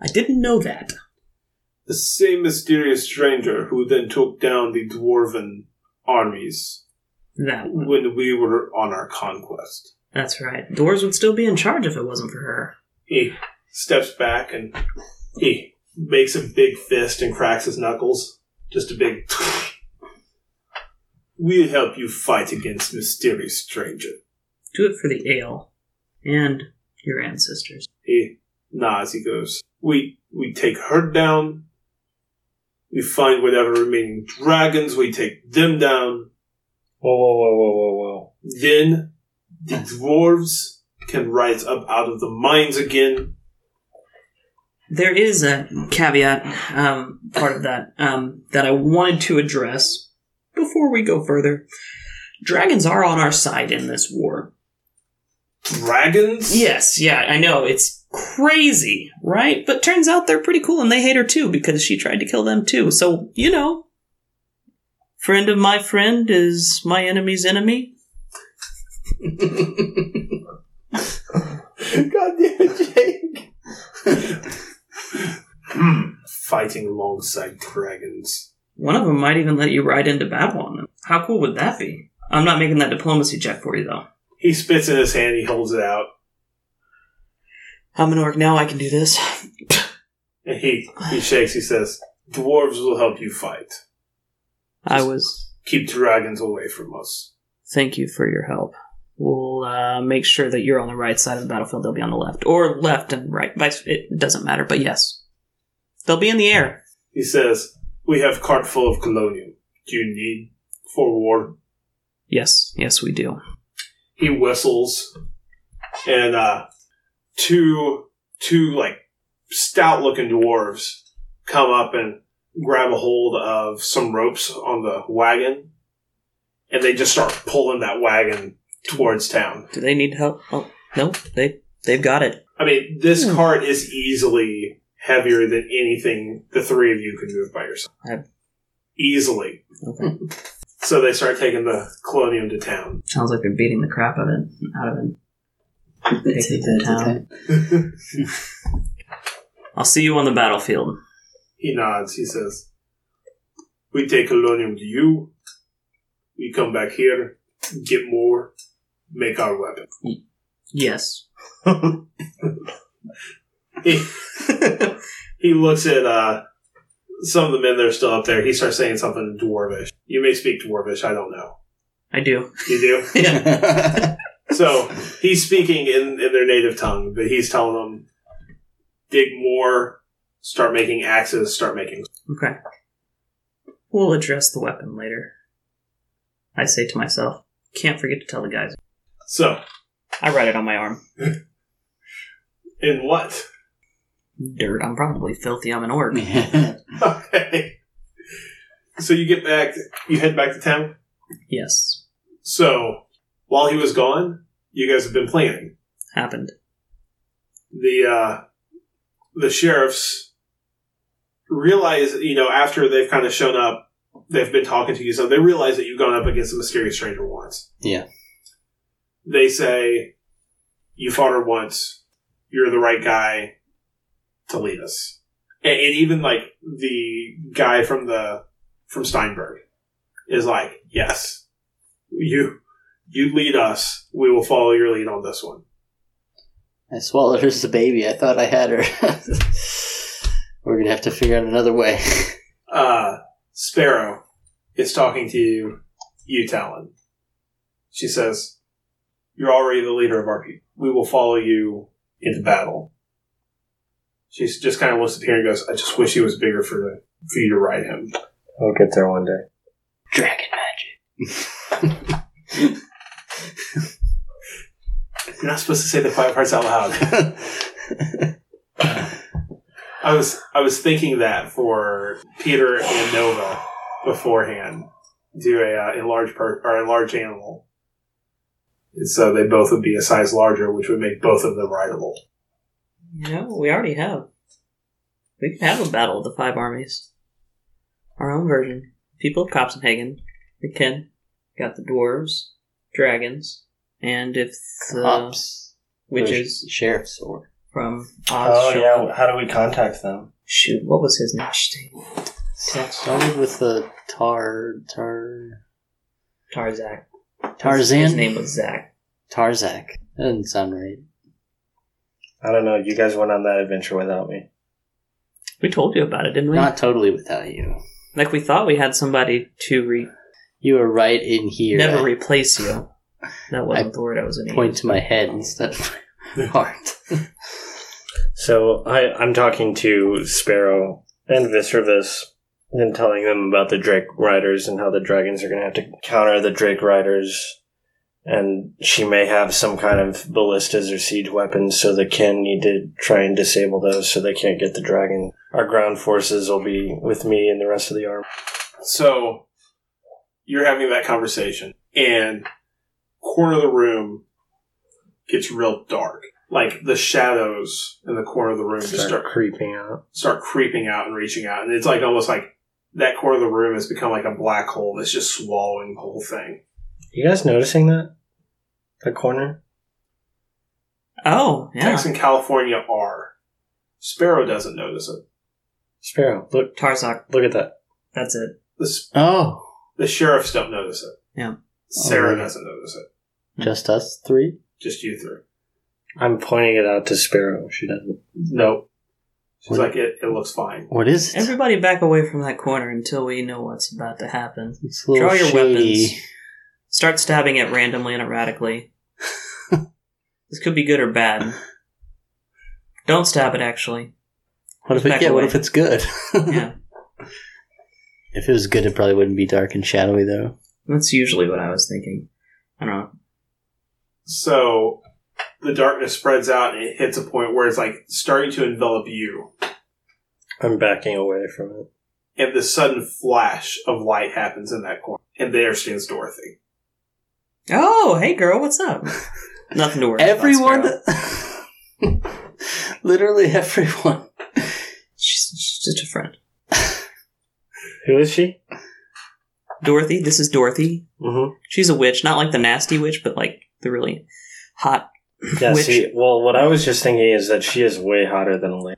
I didn't know that. The same mysterious stranger who then took down the dwarven armies That one. when we were on our conquest. That's right. Doors would still be in charge if it wasn't for her. He steps back and he makes a big fist and cracks his knuckles. Just a big. We'll help you fight against mysterious stranger. Do it for the ale and your ancestors. He nods. He goes, "We we take her down. We find whatever remaining dragons. We take them down. Whoa, whoa, whoa, whoa, whoa, whoa! Then the dwarves can rise up out of the mines again. There is a caveat um, part of that um, that I wanted to address before we go further. Dragons are on our side in this war. Dragons? Yes, yeah, I know. It's crazy, right? But turns out they're pretty cool and they hate her too because she tried to kill them too. So, you know, friend of my friend is my enemy's enemy. God damn it, Jake. Fighting alongside dragons. One of them might even let you ride into battle on them. How cool would that be? I'm not making that diplomacy check for you though. He spits in his hand, he holds it out, I'm an orc now, I can do this. and he, he shakes, he says, Dwarves will help you fight. I was Keep dragons away from us. thank you for your help. We'll uh, make sure that you're on the right side of the battlefield. They'll be on the left, or left and right. Vice, it doesn't matter. But yes, they'll be in the air. He says, We have cart full of colonium. Do you need for war? Yes, yes, we do. He whistles and uh two two like stout looking dwarves come up and grab a hold of some ropes on the wagon and they just start pulling that wagon towards town. Do they need help? Oh no, they they've got it. I mean, this cart is easily heavier than anything the three of you can move by yourself. I- Easily. Okay. So they start taking the colonium to town. Sounds like they're beating the crap out of it out of it. Take Take the town. I'll see you on the battlefield. He nods. He says, "We take Colonium to you. We come back here, get more, make our weapon." Yes. He he looks at uh, some of the men that are still up there. He starts saying something in dwarvish. You may speak dwarvish. I don't know. I do. You do. so he's speaking in, in their native tongue, but he's telling them, "Dig more, start making axes, start making." Okay. We'll address the weapon later. I say to myself, can't forget to tell the guys. So I write it on my arm. in what? dirt. I'm probably filthy. I'm an orc. Mm. okay. So you get back, you head back to town. Yes, So while he was gone, you guys have been planning. happened. The uh, the sheriffs realize, you know, after they've kind of shown up, they've been talking to you, so they realize that you've gone up against a mysterious stranger once. Yeah. They say, "You fought her once. You're the right guy to lead us." And, and even like the guy from the from Steinberg is like, "Yes, you you lead us we will follow your lead on this one I swallowed her as a baby. I thought I had her. We're gonna have to figure out another way. uh sparrow is talking to you you talon she says you're already the leader of our people we will follow you into battle she just kind of looks at here and goes i just wish he was bigger for the for you to ride him I'll get there one day. Dragon you're not supposed to say the quiet parts out loud magic. i was i was thinking that for peter and nova beforehand do a uh, enlarged per- or enlarged animal. And so they both would be a size larger, which would make both of them rideable. No, we already have. We can have a battle of the five armies. Our own version. People of Copenhagen, the kin, got the dwarves, dragons, and if the Cops. witches sheriff's or from Oz. Oh show yeah, up- how do we contact them? Shoot, what was his name? Shit. started with the tar tar Tarzak. Tarzan. His name was Zach. Tarzak. That doesn't sound right. I don't know. You guys went on that adventure without me. We told you about it, didn't we? Not totally without you. like we thought we had somebody to re- You were right in here. never I replace you. That wasn't the word I was in. point to my head instead of my heart. So I, I'm talking to Sparrow and Viservis and telling them about the Drake Riders and how the dragons are going to have to counter the Drake Riders and she may have some kind of ballistas or siege weapons, so the Ken need to try and disable those so they can't get the dragon. Our ground forces will be with me and the rest of the army. So you're having that conversation, and corner of the room gets real dark. Like the shadows in the corner of the room just start creeping out. start creeping out and reaching out, and it's like almost like that corner of the room has become like a black hole that's just swallowing the whole thing. You guys noticing that? The corner? Oh, yeah. Tex and California are. Sparrow doesn't notice it. Sparrow, look Tarzak. look at that. That's it. The, s- Oh, the sheriffs don't notice it. Yeah. Sarah Alright. doesn't notice it. just us three? Just you three. I'm pointing it out to Sparrow. She doesn't. Nope. She's What? like, it, it looks fine. What is it? Everybody back away from that corner until we know what's about to happen. it's a little Draw your shady. weapons. Start stabbing it randomly and erratically. this could be good or bad. Don't stab it, actually. What if it, Back yeah, what away. if it's good? Yeah. If it was good, it probably wouldn't be dark and shadowy though. That's usually what I was thinking. I don't know. So the darkness spreads out and it hits a point where it's like starting to envelop you. I'm backing away from it. And this sudden flash of light happens in that corner. And there stands Dorothy. Oh, hey girl, what's up? Nothing to worry Everyone, about. Sparrow. literally everyone. She's, she's just a friend. Who is she? Dorothy, this is Dorothy. Mm-hmm. She's a witch, not like the nasty witch, but like the really hot. Yeah, Which- see, well, what I was just thinking is that she is way hotter than Elena.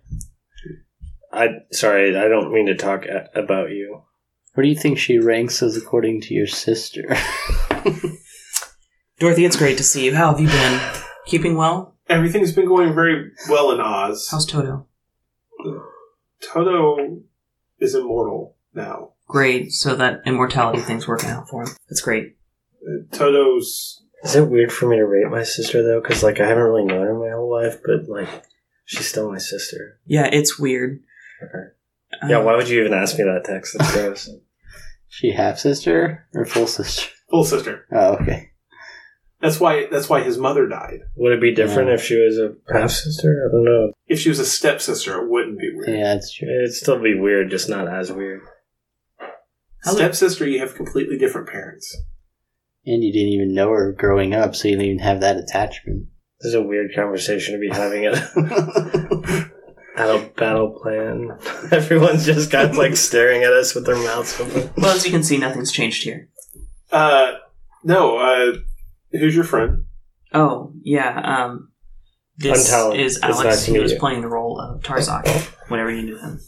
I sorry, I don't mean to talk a- about you. Where do you think she ranks as according to your sister? Dorothy, it's great to see you. How have you been? Keeping well? Everything's been going very well in Oz. How's Toto? Toto is immortal now. Great. So that immortality thing's working out for him. That's great. Uh, Toto's Is it weird for me to rate my sister though? Because like I haven't really known her my whole life, but like she's still my sister. Yeah, it's weird. Okay. Uh, Yeah, why would you even ask me that text? That's gross. she half sister or full sister? full sister. Oh, okay. That's why that's why his mother died. Would it be different Yeah. if she was a half sister? I don't know. If she was a stepsister, it wouldn't be weird. Yeah, that's true. It'd still be weird, just not as weird. How's it- Stepsister, you have completely different parents. And you didn't even know her growing up, so you didn't even have that attachment. This is a weird conversation to be having at at a battle plan. Everyone's just kind of like staring at us with their mouths open. Well, as you can see, nothing's changed here. Uh, no. Uh, who's your friend? Oh, yeah. Um, this I'm Talon. is It's Alex. nice to he meet was you. playing the role of Tarzak whenever you knew him.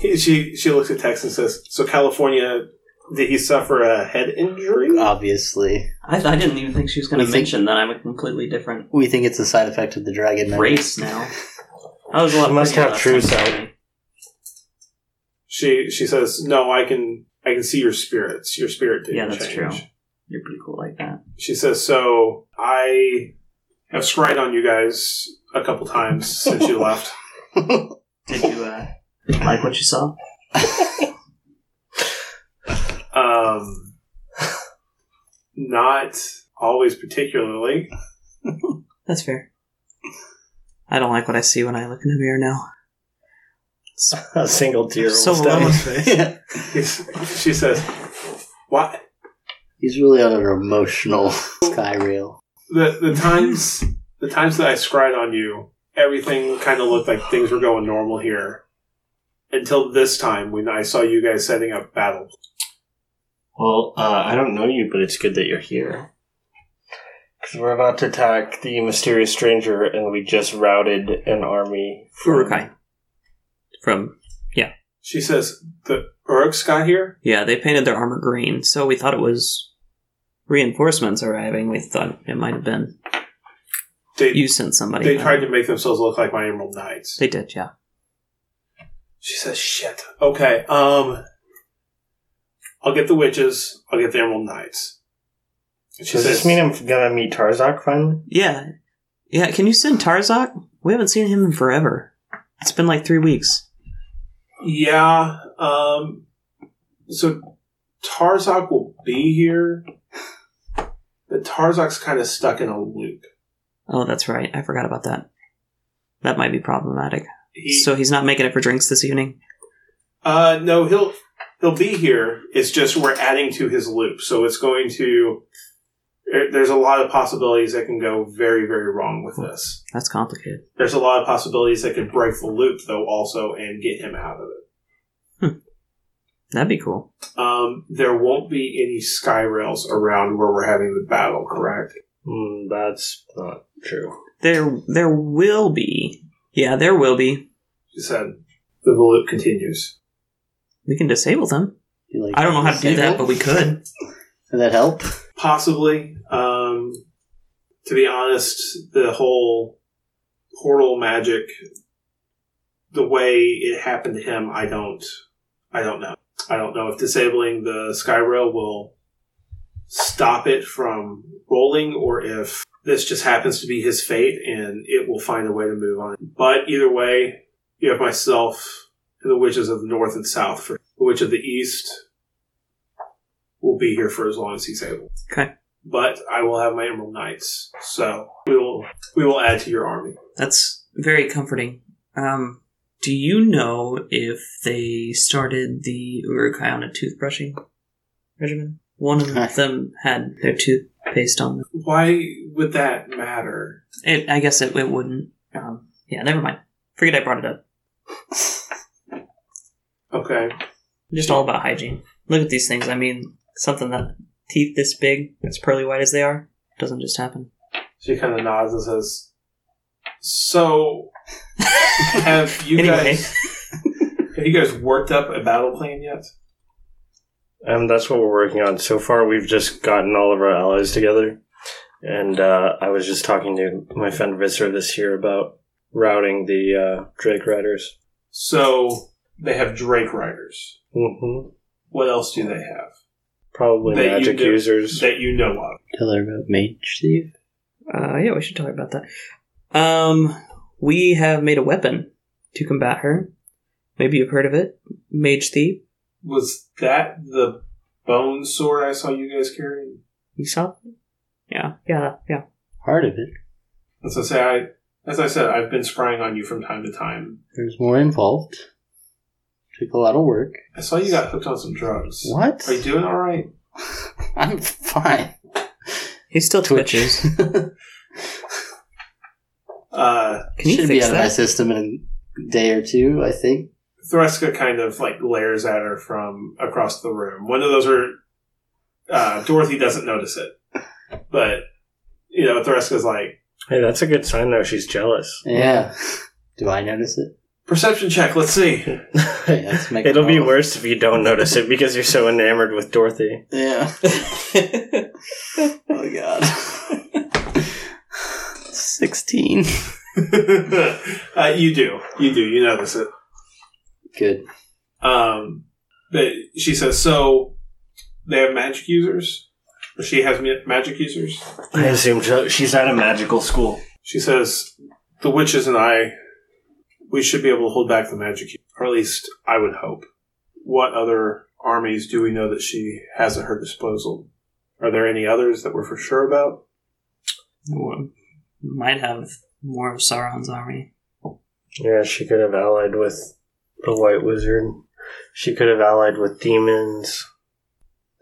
He, she she looks at Tex and says, "So California, did he suffer a head injury?" Uh, Obviously, I, I didn't even think she was going We to think- mention that I'm a completely different we think it's a side effect of the dragon. memory. race now. I was a lot You must prettier have last true time. sight. She she says, "No, I can I can see your spirits. Your spirit didn't Yeah, that's change." true. You're pretty cool like that. She says, "So I have scried on you guys a couple times since you left. Did you uh, like what you saw? Um, not always particularly. That's fair. I don't like what I see when I look in the mirror now. A single tear So rolls down low. his face. Yeah. she says, "What?" He's really on an emotional Skyrail. the the times the times that I scried on you, everything kind of looked like things were going normal here, until this time when I saw you guys setting up battle. Well, uh, I don't know you, but it's good that you're here. Because we're about to attack the mysterious stranger, and we just routed an army. from- Urukai. From She says the Uruks got here. yeah, they painted their armor green, so we thought it was reinforcements arriving. We thought it might have been They you sent somebody. they but- tried to make themselves look like my Emerald Knights. They did, yeah. She says, "Shit. Okay. Um, I'll get the witches. I'll get the Emerald Knights." And She Does says, this mean I'm gonna meet Tarzak finally? Yeah. Yeah, can you send Tarzak? We haven't seen him in forever. It's been like three weeks. Yeah. Um, so Tarzok will be here, but Tarzok's kind of stuck in a loop. Oh, that's right. I forgot about that. That might be problematic. He, So he's not making it for drinks this evening. uh, no, he'll he'll be here. It's just we're adding to his loop, so it's going to. there- There's a lot of possibilities that can go very, very wrong with this. That's complicated. There's a lot of possibilities that could break the loop, though, also, and get him out of it. That'd be cool. Um, there won't be any sky rails around where we're having the battle, correct? Mm, that's not true. There, there will be. Yeah, there will be. She said. The loop continues. We can disable them. You like I don't know how to do disable? that, but we could. Would that help? Possibly. Um, to be honest, the whole portal magic, the way it happened to him, I don't, I don't know. I don't know if disabling the sky rail will stop it from rolling, or if this just happens to be his fate and it will find a way to move on. But either way, you have myself and the witches of the north and south. For the witch of the east will be here for as long as he's able. Okay. But I will have my Emerald Knights, so we will we will add to your army. That's very comforting. Um, do you know if they started the Urukai on a toothbrushing regimen? One of them had their toothpaste on them. Why would that matter? It, I guess it, it wouldn't. Um, yeah, never mind. Forget I brought it up. Okay. Just all about hygiene. Look at these things. I mean, something that teeth this big, as pearly white as they are, doesn't just happen. She kind of nods and says, "So have you Anyway. guys have you guys worked up a battle plan yet? Um, that's what we're working on. So far, we've just gotten all of our allies together, and uh, I was just talking to my friend Visser this year about routing the uh, Drake Riders. So they have Drake Riders. hmm What else do they have Probably That you magic do- users. that you know of? Tell her about Mage Thief. Uh, yeah, we should talk about that. Um, we have made a weapon to combat her. Maybe you've heard of it, Mage Thief. Was that the bone sword I saw you guys carrying? You saw? Yeah, yeah, yeah. Part of it. As I say, I as I said, I've been spying on you from time to time. There's more involved. Took a lot of work. I saw you got hooked on some drugs. What? Are you doing all right? I'm fine. He still twitches. Uh, Can you Should be fix out of my that? system in a day or two, I think. Threska kind of like glares at her from across the room. One of those are uh, Dorothy doesn't notice it, but you know Threska's like Hey, that's a good sign, though. She's jealous. Yeah. Do I notice it? perception check. Let's see. let's make It'll it be all. worse if you don't notice it because you're so enamored with Dorothy. Yeah. oh god. Sixteen. uh, you do, you do, you notice it. Good. Um, but she says, so they have magic users. Or She has ma- magic users. I assume so- she's at a magical school. She says, The witches and I, we should be able to hold back the magic, or at least I would hope. What other armies do we know that she has at her disposal? Are there any others that we're for sure about? Might have more of Sauron's army. Yeah, she could have allied with the White Wizard. She could have allied with demons.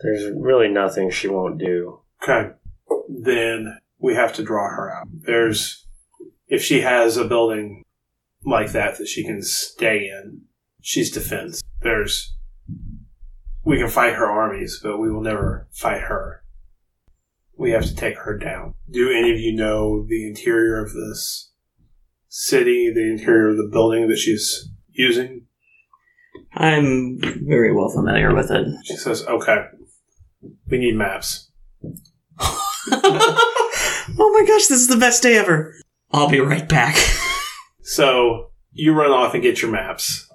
There's really nothing she won't do. Okay. Then we have to draw her out. There's, if she has a building like that that she can stay in, she's defense. There's, we can fight her armies, but we will never fight her. We have to take her down. Do any of you know the interior of this city, the interior of the building that she's using? I'm very well familiar with it. She says, okay, we need maps. oh my gosh, this is the best day ever. I'll be right back. So you run off and get your maps.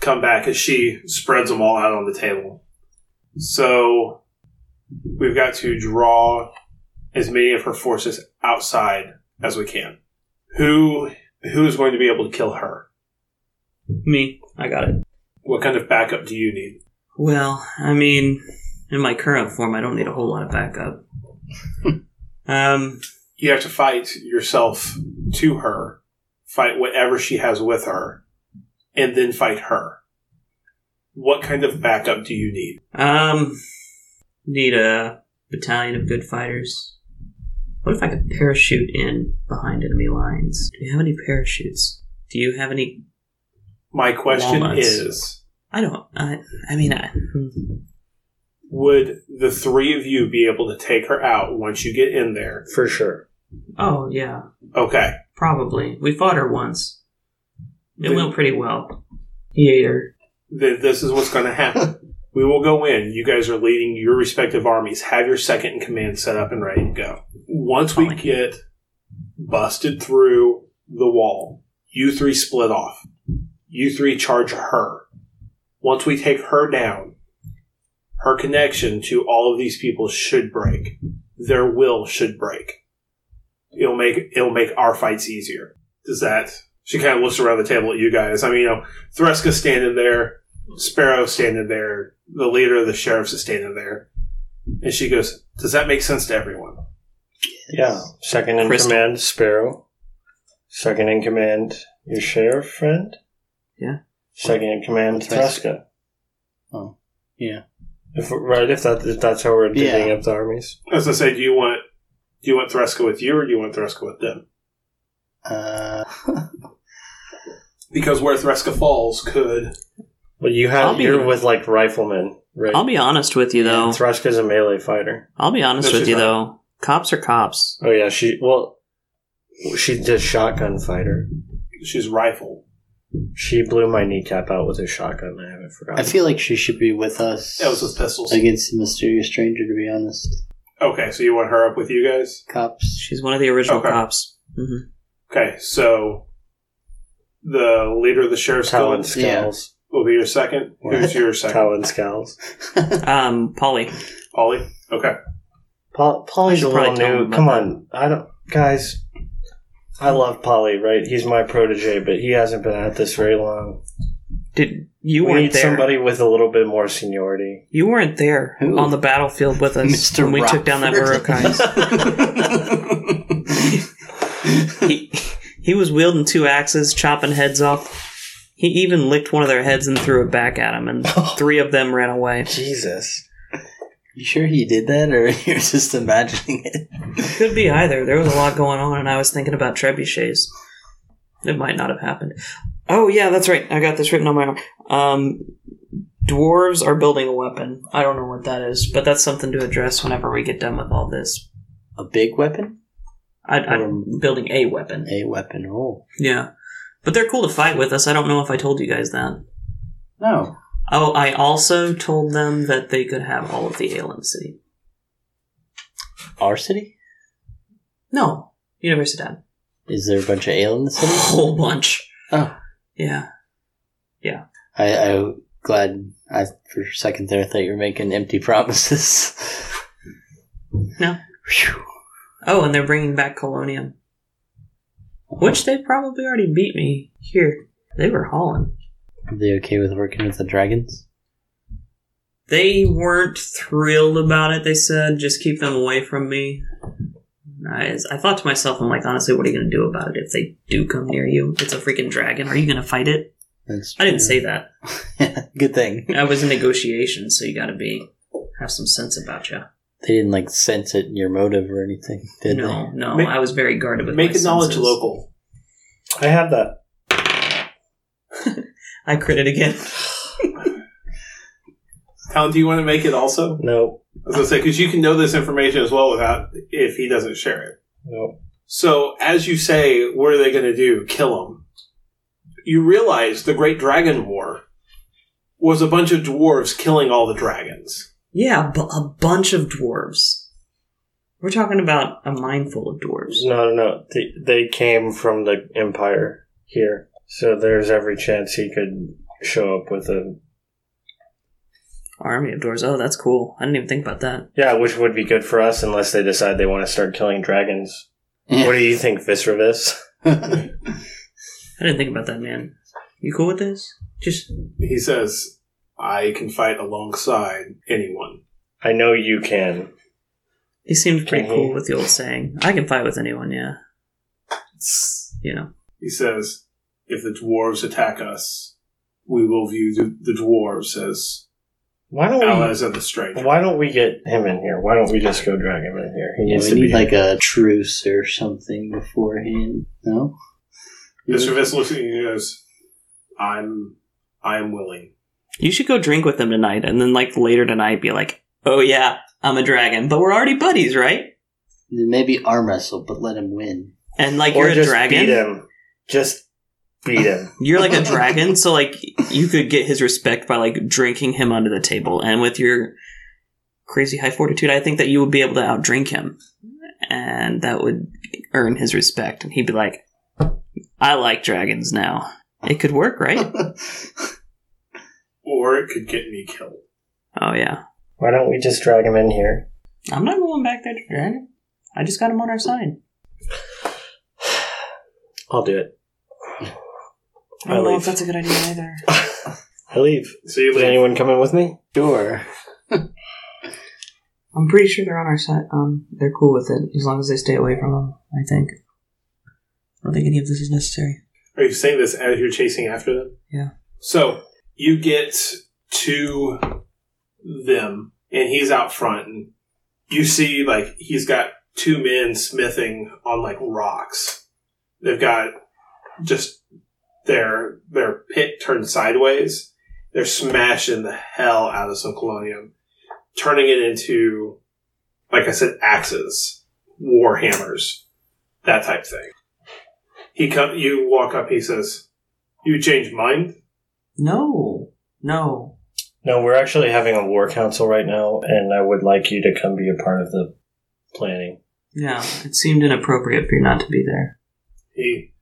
Come back as she spreads them all out on the table. So we've got to draw as many of her forces outside as we can. Who who is going to be able to kill her? Me, I got it. What kind of backup do you need? Well, I mean, in my current form, I don't need a whole lot of backup. um, You have to fight yourself to her, fight whatever she has with her, and then fight her. What kind of backup do you need? um, need a battalion of good fighters. What if I could parachute in behind enemy lines? Do you have any parachutes? Do you have any? My question Walnuts. is I don't. I. I mean, I. hmm. Would the three of you be able to take her out once you get in there? For sure. Oh yeah, Okay. probably. We fought her once. It Then- went pretty well. He ate her. th- this is what's going to happen. we will go in. You guys are leading your respective armies. Have your second in command set up and ready to go. Once we Fine. get busted through the wall, you three split off. You three charge her. Once we take her down, her connection to all of these people should break. Their will should break. It'll make it'll make our fights easier. Does that? She kind of looks around the table at you guys. I mean, you know, Threska's standing there. Sparrow's standing there. The leader of the sheriffs is standing there. And she goes, Does that make sense to everyone? Yeah. Second in Crystal. command, Sparrow. Second in command, your sheriff friend. Yeah. Second in command, Threska. Oh, yeah. If, right, if that if that's how we're divvying Yeah. up the armies. As I say, do you want do you want Threska with you or do you want Threska with them? Uh, Because where Threska falls could Well, you I'll have be- you're with like riflemen, right? I'll be honest with you though. Threska's a melee fighter. I'll be honest No, with she's you not. though. Cops are cops. Oh yeah, she well, she's a shotgun fighter. she's rifle. She blew my kneecap out with a shotgun. I haven't forgotten. I feel like she should be with us That was with pistols. against the mysterious stranger. To be honest, Okay, so you want her up with you guys? cops. She's one of the original Okay. cops. hmm Okay, so the leader of the sheriff's Talon guild scales. will be your second. Who's your second? Talon scales. Um, Polly. Polly? Okay. Paul, I Polly's should a probably little tell him new. about Come on, I don't, guys. I love Polly, right? He's my protege, but he hasn't been at this very long. Did you we weren't need there? somebody with a little bit more seniority. You weren't there Who? on the battlefield with us Mr. when we took down that Rockford. Urukai. he, he was wielding two axes, chopping heads off. He even licked one of their heads and threw it back at him, and three of them ran away. Jesus, You sure he did that, or you're just imagining it? Could be either. There was a lot going on, and I was thinking about trebuchets. It might not have happened. Oh yeah, that's right. I got this written on my arm. Um, dwarves are building a weapon. I don't know what that is, but that's something to address whenever we get done with all this. A big weapon, I, Um, I'm building a weapon. a weapon. Oh Yeah, but they're cool to fight with us. I don't know if I told you guys that. no, Oh, I also told them that they could have all of the ale in the city. our city. No, Universidad. Is there a bunch of ale in the A city? whole bunch. Oh, Yeah. I, I'm glad. I for a second there thought you were making empty promises. No. Phew. Oh, and they're bringing back Colonium, which they probably already beat me here. They were hauling. Are they okay with working with the dragons? They weren't thrilled about it. They said, "Just keep them away from me." I, I thought to myself, "I'm like, honestly, what are you going to do about it if they do come near you? It's a freaking dragon. Are you going to fight it?" That's I didn't say that. that. Good thing I was in negotiation, so you got to be have some sense about you. they didn't like sense it in your motive or anything, did no, no, Make- I was very guarded with Make my a knowledge senses. local. I have that. I crit it again. Talon, do you want to make it also? No, I was gonna say because you can know this information as well without if he doesn't share it. no. So as you say, what are they going to do? Kill him? You realize the Great Dragon War was a bunch of dwarves killing all the dragons. Yeah, bu- a bunch of dwarves. We're talking about a mindful of dwarves. No, no, no. They, they came from the Empire here. So there's every chance he could show up with a. Army of dwarves. Oh, that's cool. I didn't even think about that. Yeah, which would be good for us unless they decide they want to start killing dragons. they? What do you think, Visravis? I didn't think about that, man. You cool with this? Just He says, I can fight alongside anyone. I know you can. He seemed pretty Mhm. cool with the old saying. I can fight with anyone, yeah. He You know. says, if the dwarves attack us, we will view the, the dwarves as Why don't we? allies of the stranger. Why don't we get him in here? Why don't we just go drag him in here? He Yeah, needs we to need be like a truce or something beforehand. No, Mr. Viss looks at you and goes, I'm, I'm willing. You should go drink with him tonight and then like later tonight be like, Oh yeah, I'm a dragon, but we're already buddies, right? Then maybe arm wrestle, but let him win. And like or you're a just beat dragon. him. Just beat him. You're like a dragon, so like you could get his respect by like drinking him under the table. And with your crazy high fortitude, I think that you would be able to outdrink him. And that would earn his respect. And he'd be like, I like dragons now. It could work, right? Or it could get me killed. oh yeah. Why don't we just drag him in here? I'm not going back there to dragon. I just got him on our side. I'll do it. I don't I know leave. if that's a good idea either. I leave. So you Is leave. anyone coming with me? Sure. I'm pretty sure they're on our side. Um, they're cool with it as long as they stay away from them. I think. I don't think any of this is necessary. Are you saying this as you're chasing after them? Yeah. So you get to them, and he's out front, and you see like he's got two men smithing on like rocks. They've got just their their pit turned sideways. They're smashing the hell out of some colonium, turning it into, like I said, axes, war hammers, that type thing. He come, you walk up. He says, "You changed mind." No, no. No, we're actually having a war council right now, and I would like you to come be a part of the planning. Yeah, it seemed inappropriate for you not to be there. He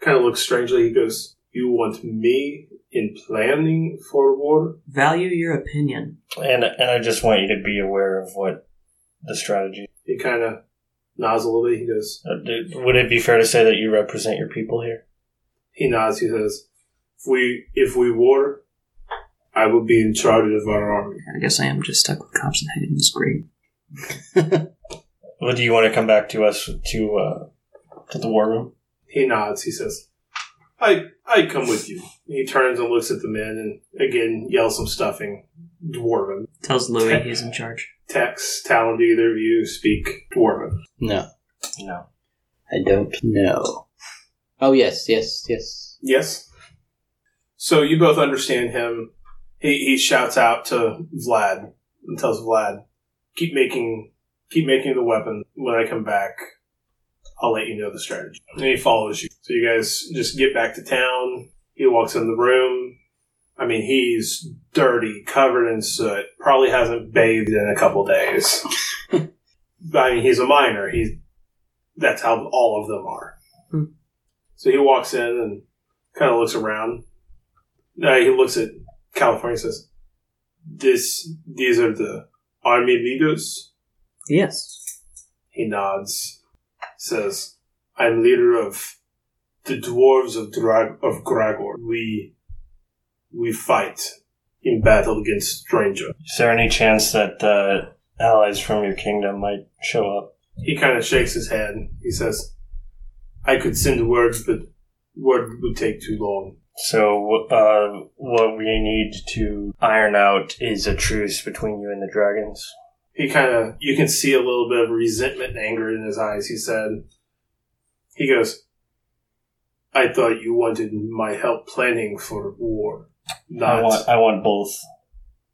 kind of looks strangely. He goes, "You want me in planning for war?" Value your opinion. And and I just want you to be aware of what the strategy. He kind of nods a little bit. He goes, Uh, do- Would it be fair to say that you represent your people here? he nods. He says, "If we if we war, I will be in charge of our army." I guess I am just stuck with cops and hidden screen. Well, do you want to come back to us to uh, to the war room? He nods. He says, "I I come with you." He turns and looks at the men, and again yells some stuffing, dwarven. Tells Louis he's in charge. Tex, Talon, do either of you speak dwarven? No, No. I don't know. Oh yes, yes, yes. Yes. So you both understand him. He, he shouts out to Vlad and tells Vlad, "Keep making, keep making the weapon. When I come back, I'll let you know the strategy." And he follows you. So you guys just get back to town. He walks in the room. I mean, he's dirty, covered in soot. Probably hasn't bathed in a couple days. I mean, he's a minor. He's that's how all of them are. Hmm. So he walks in and kind of looks around. Uh, he looks at California and says, "This, these are the army leaders." Yes. He nods, says, "I'm leader of the dwarves of Drag- of Gragor. We we fight in battle against stranger." Is there any chance that uh, allies from your kingdom might show up? He kind of shakes his head. He says, "I could send words, but word would take too long." So, uh, what we need to iron out is a truce between you and the dragons. he kind of you can see a little bit of resentment and anger in his eyes he said he goes i thought you wanted my help planning for war I not want, I want both.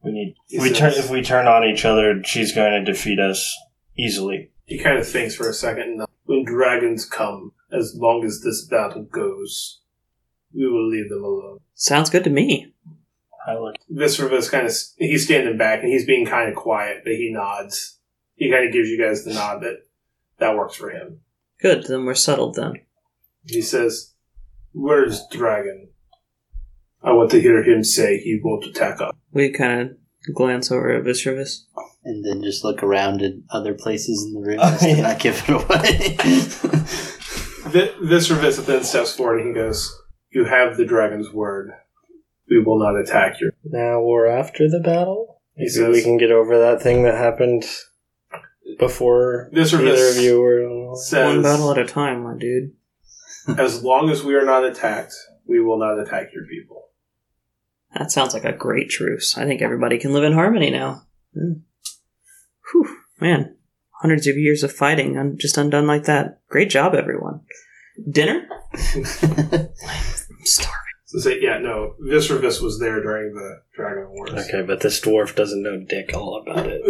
We need. He we turn says- if we turn on each other, she's going to defeat us easily. he kind of thinks for a second and when dragons come as long as this battle goes we will leave them alone Sounds good to me. I look. Viscerva's kind of he's standing back and he's being kind of quiet but he nods he kind of gives you guys the nod that that works for him Good. Then we're settled. Then He says, Where's Dragon? I want to hear him say he won't attack us. we kind of glance over at Viscervis. And then just look around at other places in the room Oh, just to yeah. not give it away. Th- this revisit then steps forward and he goes, You have the dragon's word. We will not attack you. now or after the battle? He Maybe says- we can get over that thing that happened before This or either this. of you were. One Says, battle at a time, my dude. as long as we are not attacked, we will not attack your people. That sounds like a great truce. I think everybody can live in harmony now. Mm. Whew, man. Hundreds of years of fighting un- just undone like that. Great job, everyone. Dinner? I'm starving. So say, yeah, no, Viscervis was there during the Dragon Wars. Okay, but this dwarf doesn't know dick all about it.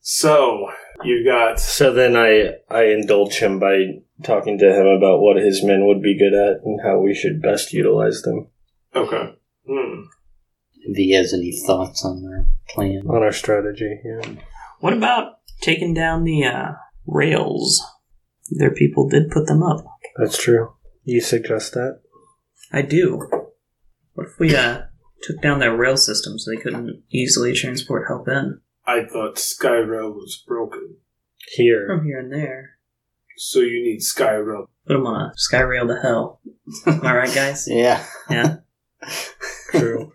so you've got So then I I indulge him by talking to him about what his men would be good at and how we should best utilize them okay. Hmm. If he has any thoughts on their plan. on our strategy. Yeah. What about taking down the uh, rails? Their people did put them up. That's true. You suggest that? I do. What if we uh, took down their rail system so they couldn't easily transport help in I thought Skyrail was broken, Here. from here and there? so you need Skyrail. Put them on a sky rail to hell. Am I right, guys? Yeah. Yeah. True.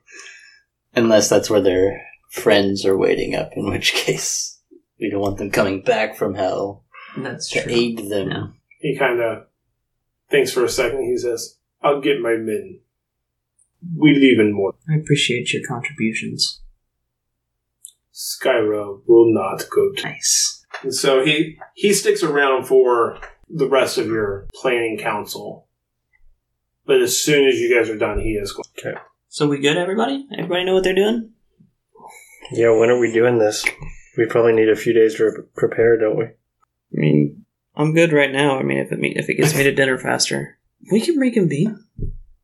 Unless that's where their friends are waiting up, in which case we don't want them coming back from hell That's to true. aid them. Yeah. He kind of thinks for a second. He says, "I'll get my men. We leave in morning. I appreciate your contributions. Skyrail will not go to." Nice. And so he he sticks around for the rest of your planning council. But as soon as you guys are done, he is going. So we good, everybody? Everybody know what they're doing? Yeah, when are we doing this? We probably need a few days to re- prepare, don't we? I mean, I'm good right now. I mean, if it me- if it gets me to dinner faster, we can reconvene.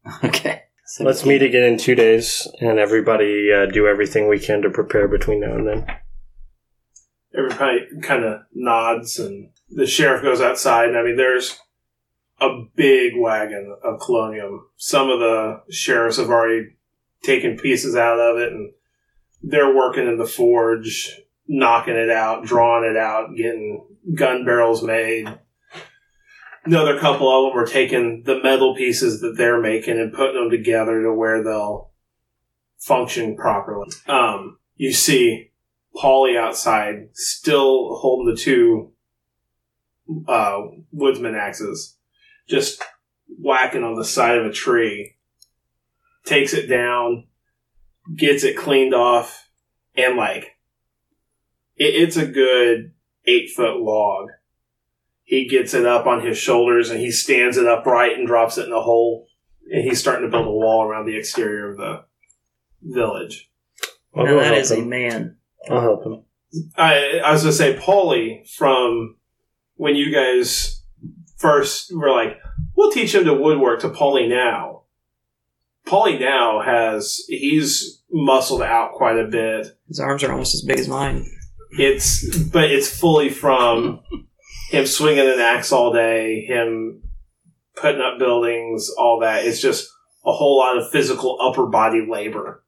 Okay. So Let's meet again in two days and everybody uh, do everything we can to prepare between now and then. Everybody kind of nods, and the sheriff goes outside. And I mean, there's a big wagon of colonium. Some of the sheriffs have already taken pieces out of it, and they're working in the forge, knocking it out, drawing it out, getting gun barrels made. Another couple of them are taking the metal pieces that they're making and putting them together to where they'll function properly. Um, you see Polly outside, still holding the two uh, woodsman axes, just whacking on the side of a tree. Takes it down, gets it cleaned off, and like it, it's a good eight foot log. He gets it up on his shoulders and he stands it upright and drops it in the hole. And he's starting to build a wall around the exterior of the village. I'll now go that help is a him. man. I'll help him. I, I was gonna say Paulie from when you guys first were like, we'll teach him to woodwork to Paulie now. Paulie now has he's muscled out quite a bit. His arms are almost as big as mine. It's but it's fully from him swinging an axe all day, him putting up buildings, all that. It's just a whole lot of physical upper body labor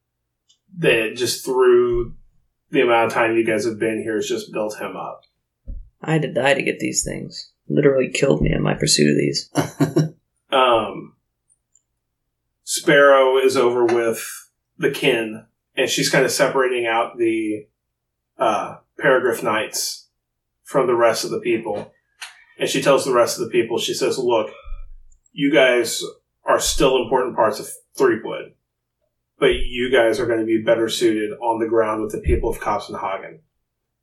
that just through the amount of time you guys have been here has just built him up. I had to die to get these things. Literally killed me in my pursuit of these. um, Sparrow is over with the kin, and she's kind of separating out the uh, Paragraph Knights from the rest of the people. And she tells the rest of the people, she says, Look, you guys are still important parts of Threepwood, but you guys are going to be better suited on the ground with the people of Copenhagen,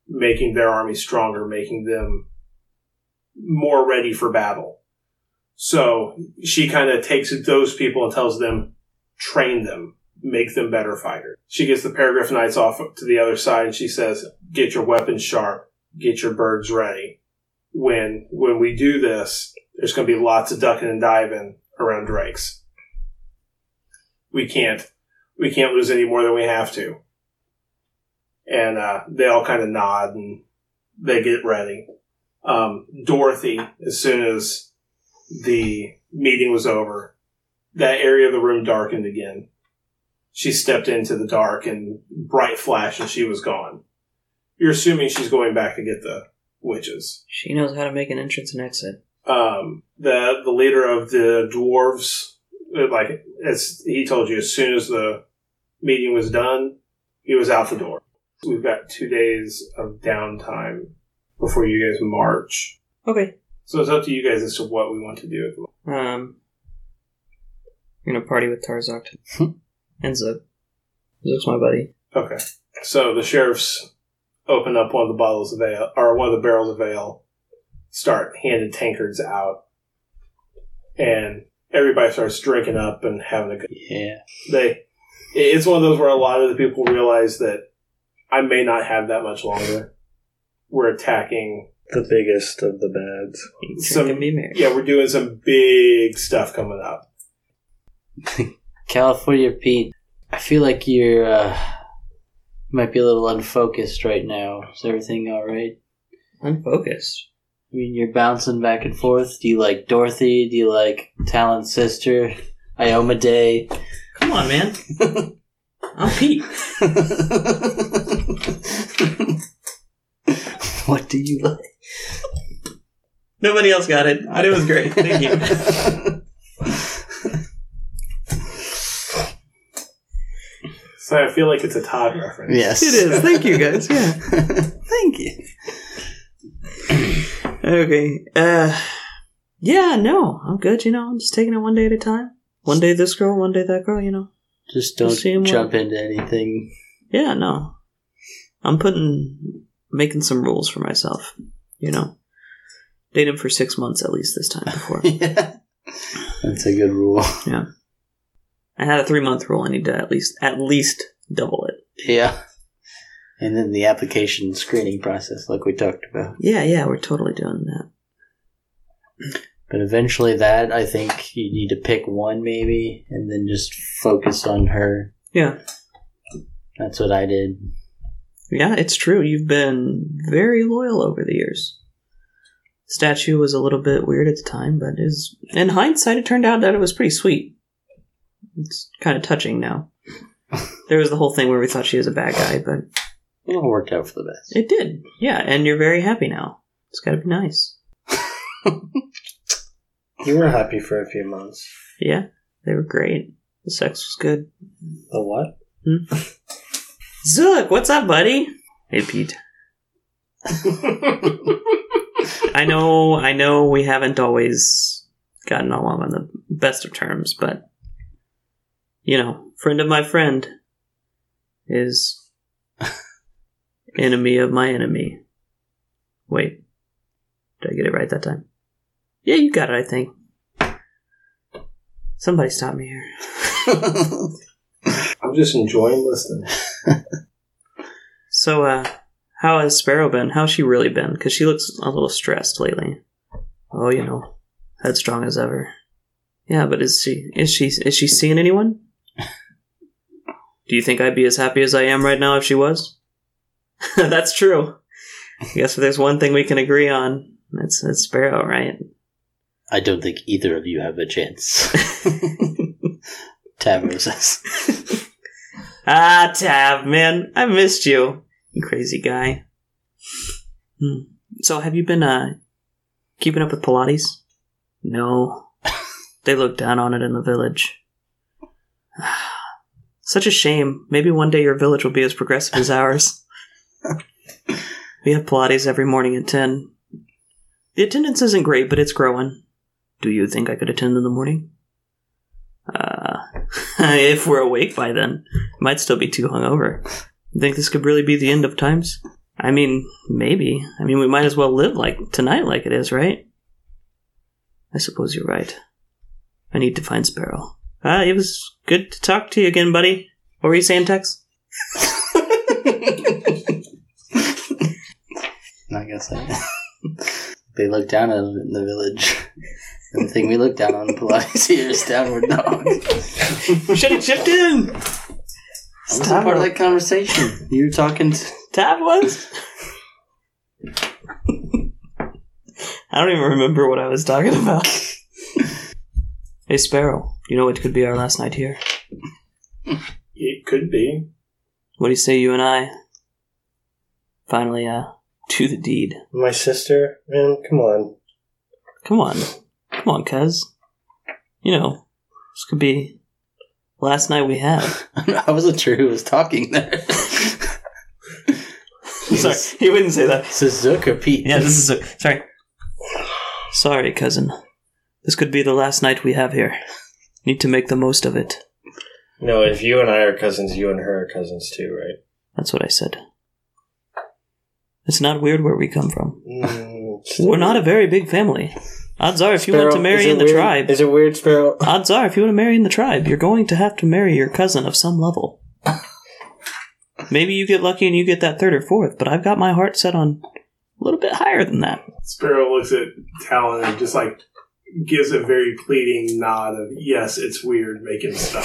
making their army stronger, making them more ready for battle. So she kind of takes those people and tells them, train them, make them better fighters. She gets the Paragraph Knights off to the other side and she says, get your weapons sharp, get your birds ready. When, when we do this, there's going to be lots of ducking and diving around Drake's. We can't, we can't lose any more than we have to. And, uh, they all kind of nod and they get ready. Um, Dorothy, as soon as the meeting was over, that area of the room darkened again. She stepped into the dark and bright flash and she was gone. You're assuming she's going back to get the witches. She knows how to make an entrance and exit. Um, the the leader of the dwarves uh, like as he told you, as soon as the meeting was done, he was out the door. We've got two days of downtime before you guys march, Okay. so it's up to you guys as to what we want to do. At the moment. Um, I'm gonna party with Tarzok and Zook. Zook's my buddy. Okay, so the sheriffs open up one of the bottles of ale or one of the barrels of ale, start handing tankards out, and everybody starts drinking up and having a good. Yeah. they it- it's one of those where a lot of the people realize that I may not have that much longer. We're attacking The biggest of the bads. Some- Drinking me merry. yeah, we're doing some big stuff coming up. California Pete, I feel like you're uh, you might be a little unfocused right now. Is everything all right? Unfocused. I mean, you're bouncing back and forth. Do you like Dorothy? Do you like Talon's sister? Ioma Day. Come on, man. I'm Pete. what do you like? Nobody else got it. It was great. Thank you. So I feel like it's a Todd reference. Yes. It is. Thank you, guys. Yeah. Thank you. Okay. Uh, yeah. No, I'm good. You know, I'm just taking it one day at a time. One day this girl, one day that girl. You know. Just don't Same one. jump into anything. Yeah. No. I'm putting, making some rules for myself. You know, date him for six months at least this time before. yeah. That's a good rule. I had a three month rule. I need to at least at least double it. Yeah. And then the application screening process, like we talked about. Yeah. Yeah. We're totally doing that. But eventually, that I think you need to pick one maybe, and then just focus on her. Yeah. That's what I did. Yeah. It's true. You've been very loyal over the years. Statue was a little bit weird at the time, but is in hindsight, it turned out that it was pretty sweet. It's kind of touching now. There was the whole thing where we thought she was a bad guy, but It all worked out for the best. it did. Yeah, and you're very happy now. It's got to be nice. You were happy for a few months. Yeah, they were great. The sex was good. The what? Zook, what's up, buddy? Hey, Pete. I know, I know we haven't always gotten along on the best of terms, but you know, friend of my friend is enemy of my enemy. Wait, did I get it right that time? Yeah, you got it, I think. Somebody stop me here. I'm just enjoying listening. So, uh, how has Sparrow been? How's she really been? Because she looks a little stressed lately. Oh, you know, headstrong as ever. Yeah, but is she is she is she seeing anyone? Do you think I'd be as happy as I am right now if she was? That's true. I guess if there's one thing we can agree on, it's, it's Sparrow, right? I don't think either of you have a chance. Tavro says. Ah, Tab, man, I missed you, you crazy guy. Hmm. So, have you been uh, keeping up with Pilates? No, they look down on it in the village. Such a shame. Maybe one day your village will be as progressive as ours. we have Pilates every morning at ten. The attendance isn't great, but it's growing. Do you think I could attend in the morning? Uh, if we're awake by then might still be too hungover. You think this could really be the end of times? I mean, maybe. I mean, we might as well live like tonight, like it is, right? I suppose you're right. I need to find Sparrow. Ah, it was good to talk to you again, buddy. What were you saying, Tex? I guess I. they look down on it in the village. And the thing we look down on in Pilates here is downward dog. Should have chipped in. I wasn't part of that conversation. You were talking to. Tab was. I don't even remember what I was talking about. hey, Sparrow. You know it could be our last night here. It could be. What do you say you and I finally uh do the deed? My sister? Man, come on. Come on. Come on, cuz. You know, This could be last night we had. I wasn't sure who was talking there. Sorry, he wouldn't say that. This is Zook or Pete? Yeah, this is a, sorry. Sorry, cousin. This could be the last night we have here. Need to make the most of it. No, if you and I are cousins, you and her are cousins too, right? That's what I said. It's not weird where we come from. Mm, We're not a very big family. Odds are, if you want to Sparrow, is marry it in the weird- tribe, Is it weird, Sparrow? odds are, if you want to marry in the tribe, you're going to have to marry your cousin of some level. Maybe you get lucky and you get that third or fourth, but I've got my heart set on a little bit higher than that. Sparrow looks at Talon and just like gives a very pleading nod of yes, it's weird, make him stop.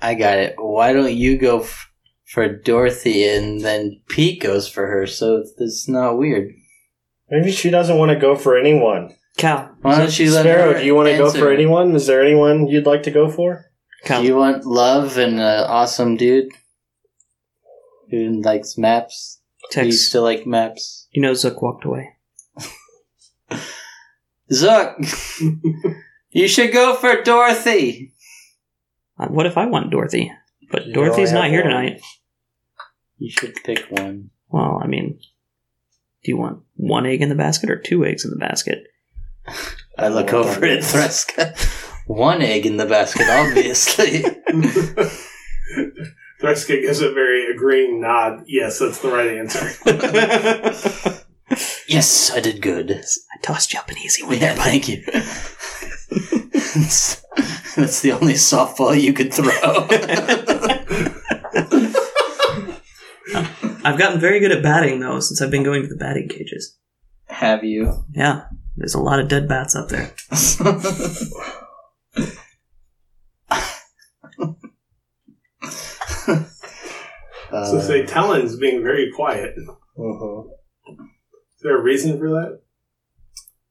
I got it. Why don't you go f- for Dorothy and then Pete goes for her? So it's not weird. Maybe she doesn't want to go for anyone. Cal, Why don't you let Sparrow, her do you want to go answer? for anyone? Is there anyone you'd like to go for? Do Cal, you want love and an awesome dude who likes maps? Do you text. still like maps? you know, Zook walked away. Zuck, you should go for Dorothy. Uh, What if I want Dorothy? But You Dorothy's only not have here one. tonight. You should pick one. Well, I mean, do you want one egg in the basket or two eggs in the basket? I look over at Threska. One egg in the basket, obviously. Threska gives a very agreeing nod. Yes, that's the right answer. I yes, I did good. tossed you up an easy one. Yeah, thank you. that's, that's the only softball you could throw. I've gotten very good at batting though since I've been going to the batting cages. Have you? Yeah, there's a lot of dead bats up there. So Uh, say Talon's being very quiet. Is Mhm. there a reason for that?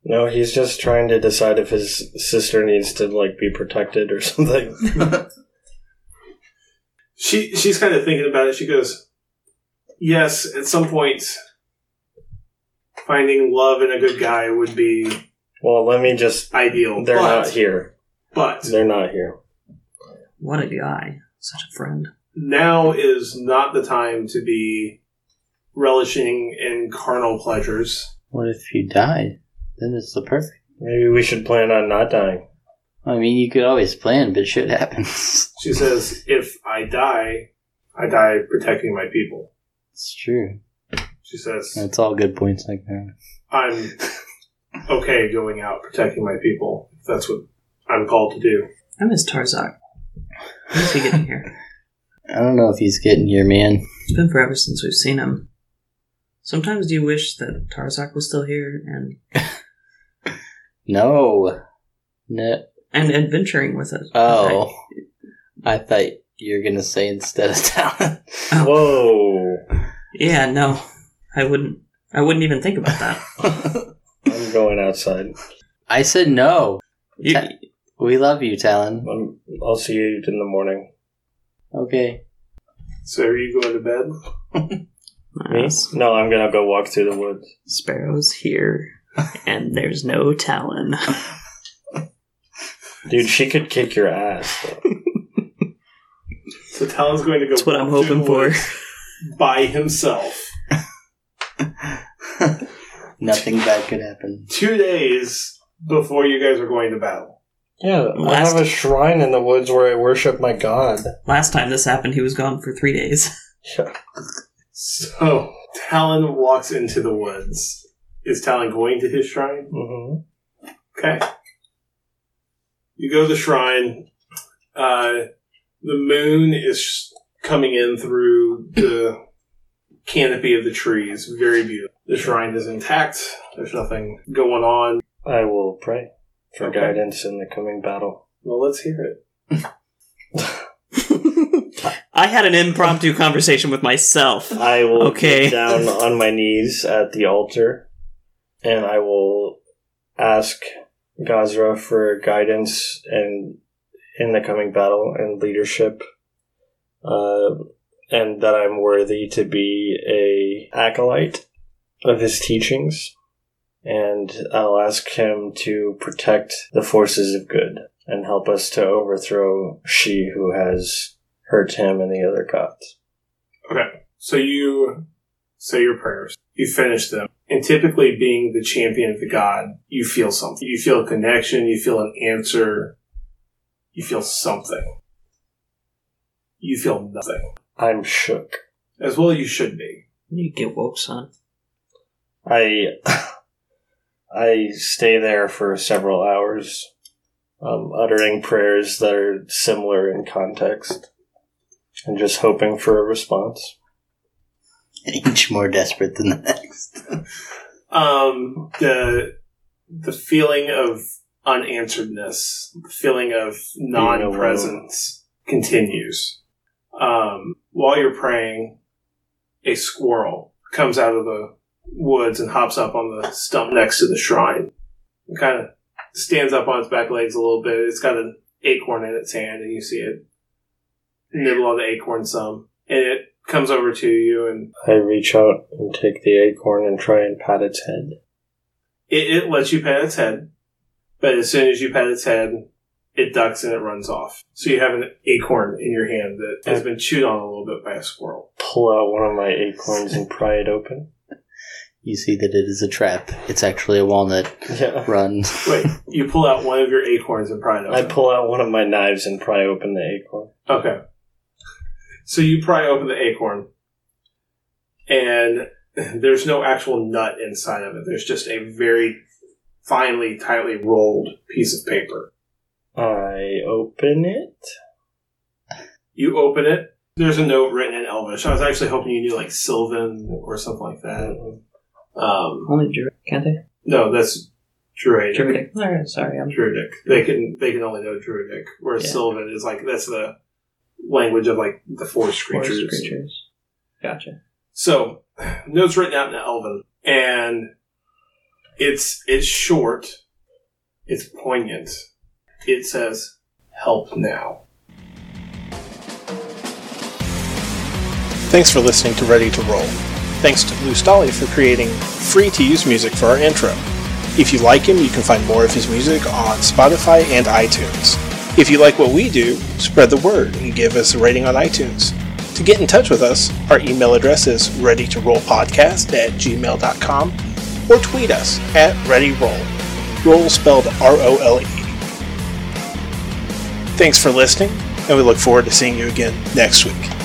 No, he's just trying to decide if his sister needs to like be protected or something. She she's kind of thinking about it. She goes, "Yes, at some point, finding love in a good guy would be well, let me just. ideal." They're but, not here. But They're not here. What a guy, such a friend. now is not the time to be relishing in carnal pleasures. what if you died? Then it's the perfect. Maybe we should plan on not dying. I mean, you could always plan, but shit happens. She says, "If I die, I die protecting my people." it's true. She says, That's all good points like that. "I'm okay going out protecting my people. If that's what I'm called to do." I miss Tarzak. When's he getting here? I don't know if he's getting your man. It's been forever since we've seen him. Sometimes do you wish that Tarzak was still here and No. No. and adventuring with us? Oh. I thought you were going to say instead of talent. Whoa! Yeah, no, I wouldn't. I wouldn't even think about that. I'm going outside. I said no. You, Ta- we love you, Talon. I'm, Um, I'll see you in the morning. Okay. So are you going to bed? nice. No, I'm gonna go walk through the woods. Sparrow's here, and there's no Talon. Dude, she could kick your ass. though. So Talon's going to go. That's what I'm walk through hoping the for. woods By himself, Nothing bad could happen. two days before you guys are going to battle. Yeah, Last- I have a shrine in the woods where I worship my god. Last time this happened, he was gone for three days. Yeah. So Talon walks into the woods. Is Talon going to his shrine? Mm-hmm. Okay. You go to the shrine. Uh, the moon is coming in through the canopy of the trees. Very beautiful. The shrine is intact. There's nothing going on. I will pray for Okay. guidance in the coming battle. Well, let's hear it. I had an impromptu conversation with myself. I will Okay. get down on my knees at the altar, and I will ask Gazra for guidance and in the coming battle and leadership, uh, and that I'm worthy to be a acolyte of his teachings. And I'll ask him to protect the forces of good and help us to overthrow she who has hurt him and the other gods. So you say your prayers, you finish them, and typically being the champion of the god, you feel something. You feel a connection, you feel an answer, you feel something. You feel nothing. I'm shook. As well you should be. You get woke, son. I I stay there for several hours, um, uttering prayers that are similar in context, and just hoping for a response. Each more desperate than the next. Um the the feeling of unansweredness, the feeling of non presence continues. Um, while you're praying, a squirrel comes out of the woods and hops up on the stump next to the shrine. It kind of stands up on its back legs a little bit. It's got an acorn in its hand, and you see it nibble on the acorn some. And it comes over to you, and I reach out and take the acorn and try and pat its head. it, it lets you pat its head. But as soon as you pat its head, it ducks and it runs off. So you have an acorn in your hand that has been chewed on a little bit by a squirrel. Pull out one of my acorns and pry it open. You see that it is a trap. It's actually a walnut. Yeah. Run. Wait, you pull out one of your acorns and pry it I open. pull out one of my knives and pry open the acorn. okay. So you pry open the acorn, and there's no actual nut inside of it. There's just a very finely, tightly rolled piece of paper. I open it. You open it. There's a note written in Elvish. I was actually hoping you knew like Sylvan or something like that. Um, Only Druid, can't they? no, that's Druidic. Druidic. All right, sorry, I'm Druidic. They can they can only know Druidic, whereas Yeah. Sylvan is like that's the language of like the forest forest creatures. creatures. Gotcha. So, notes written out in Elven, and it's it's short, it's poignant. It says, "Help now." Thanks for listening to Ready to Roll. Thanks to Blue Stolly for creating free to use music for our intro. If you like him, you can find more of his music on Spotify and iTunes. If you like what we do, spread the word and give us a rating on iTunes. To get in touch with us, our email address is readytorollpodcast at gmail.com or tweet us at readyroll. Roll spelled R O L E. Thanks for listening, and we look forward to seeing you again next week.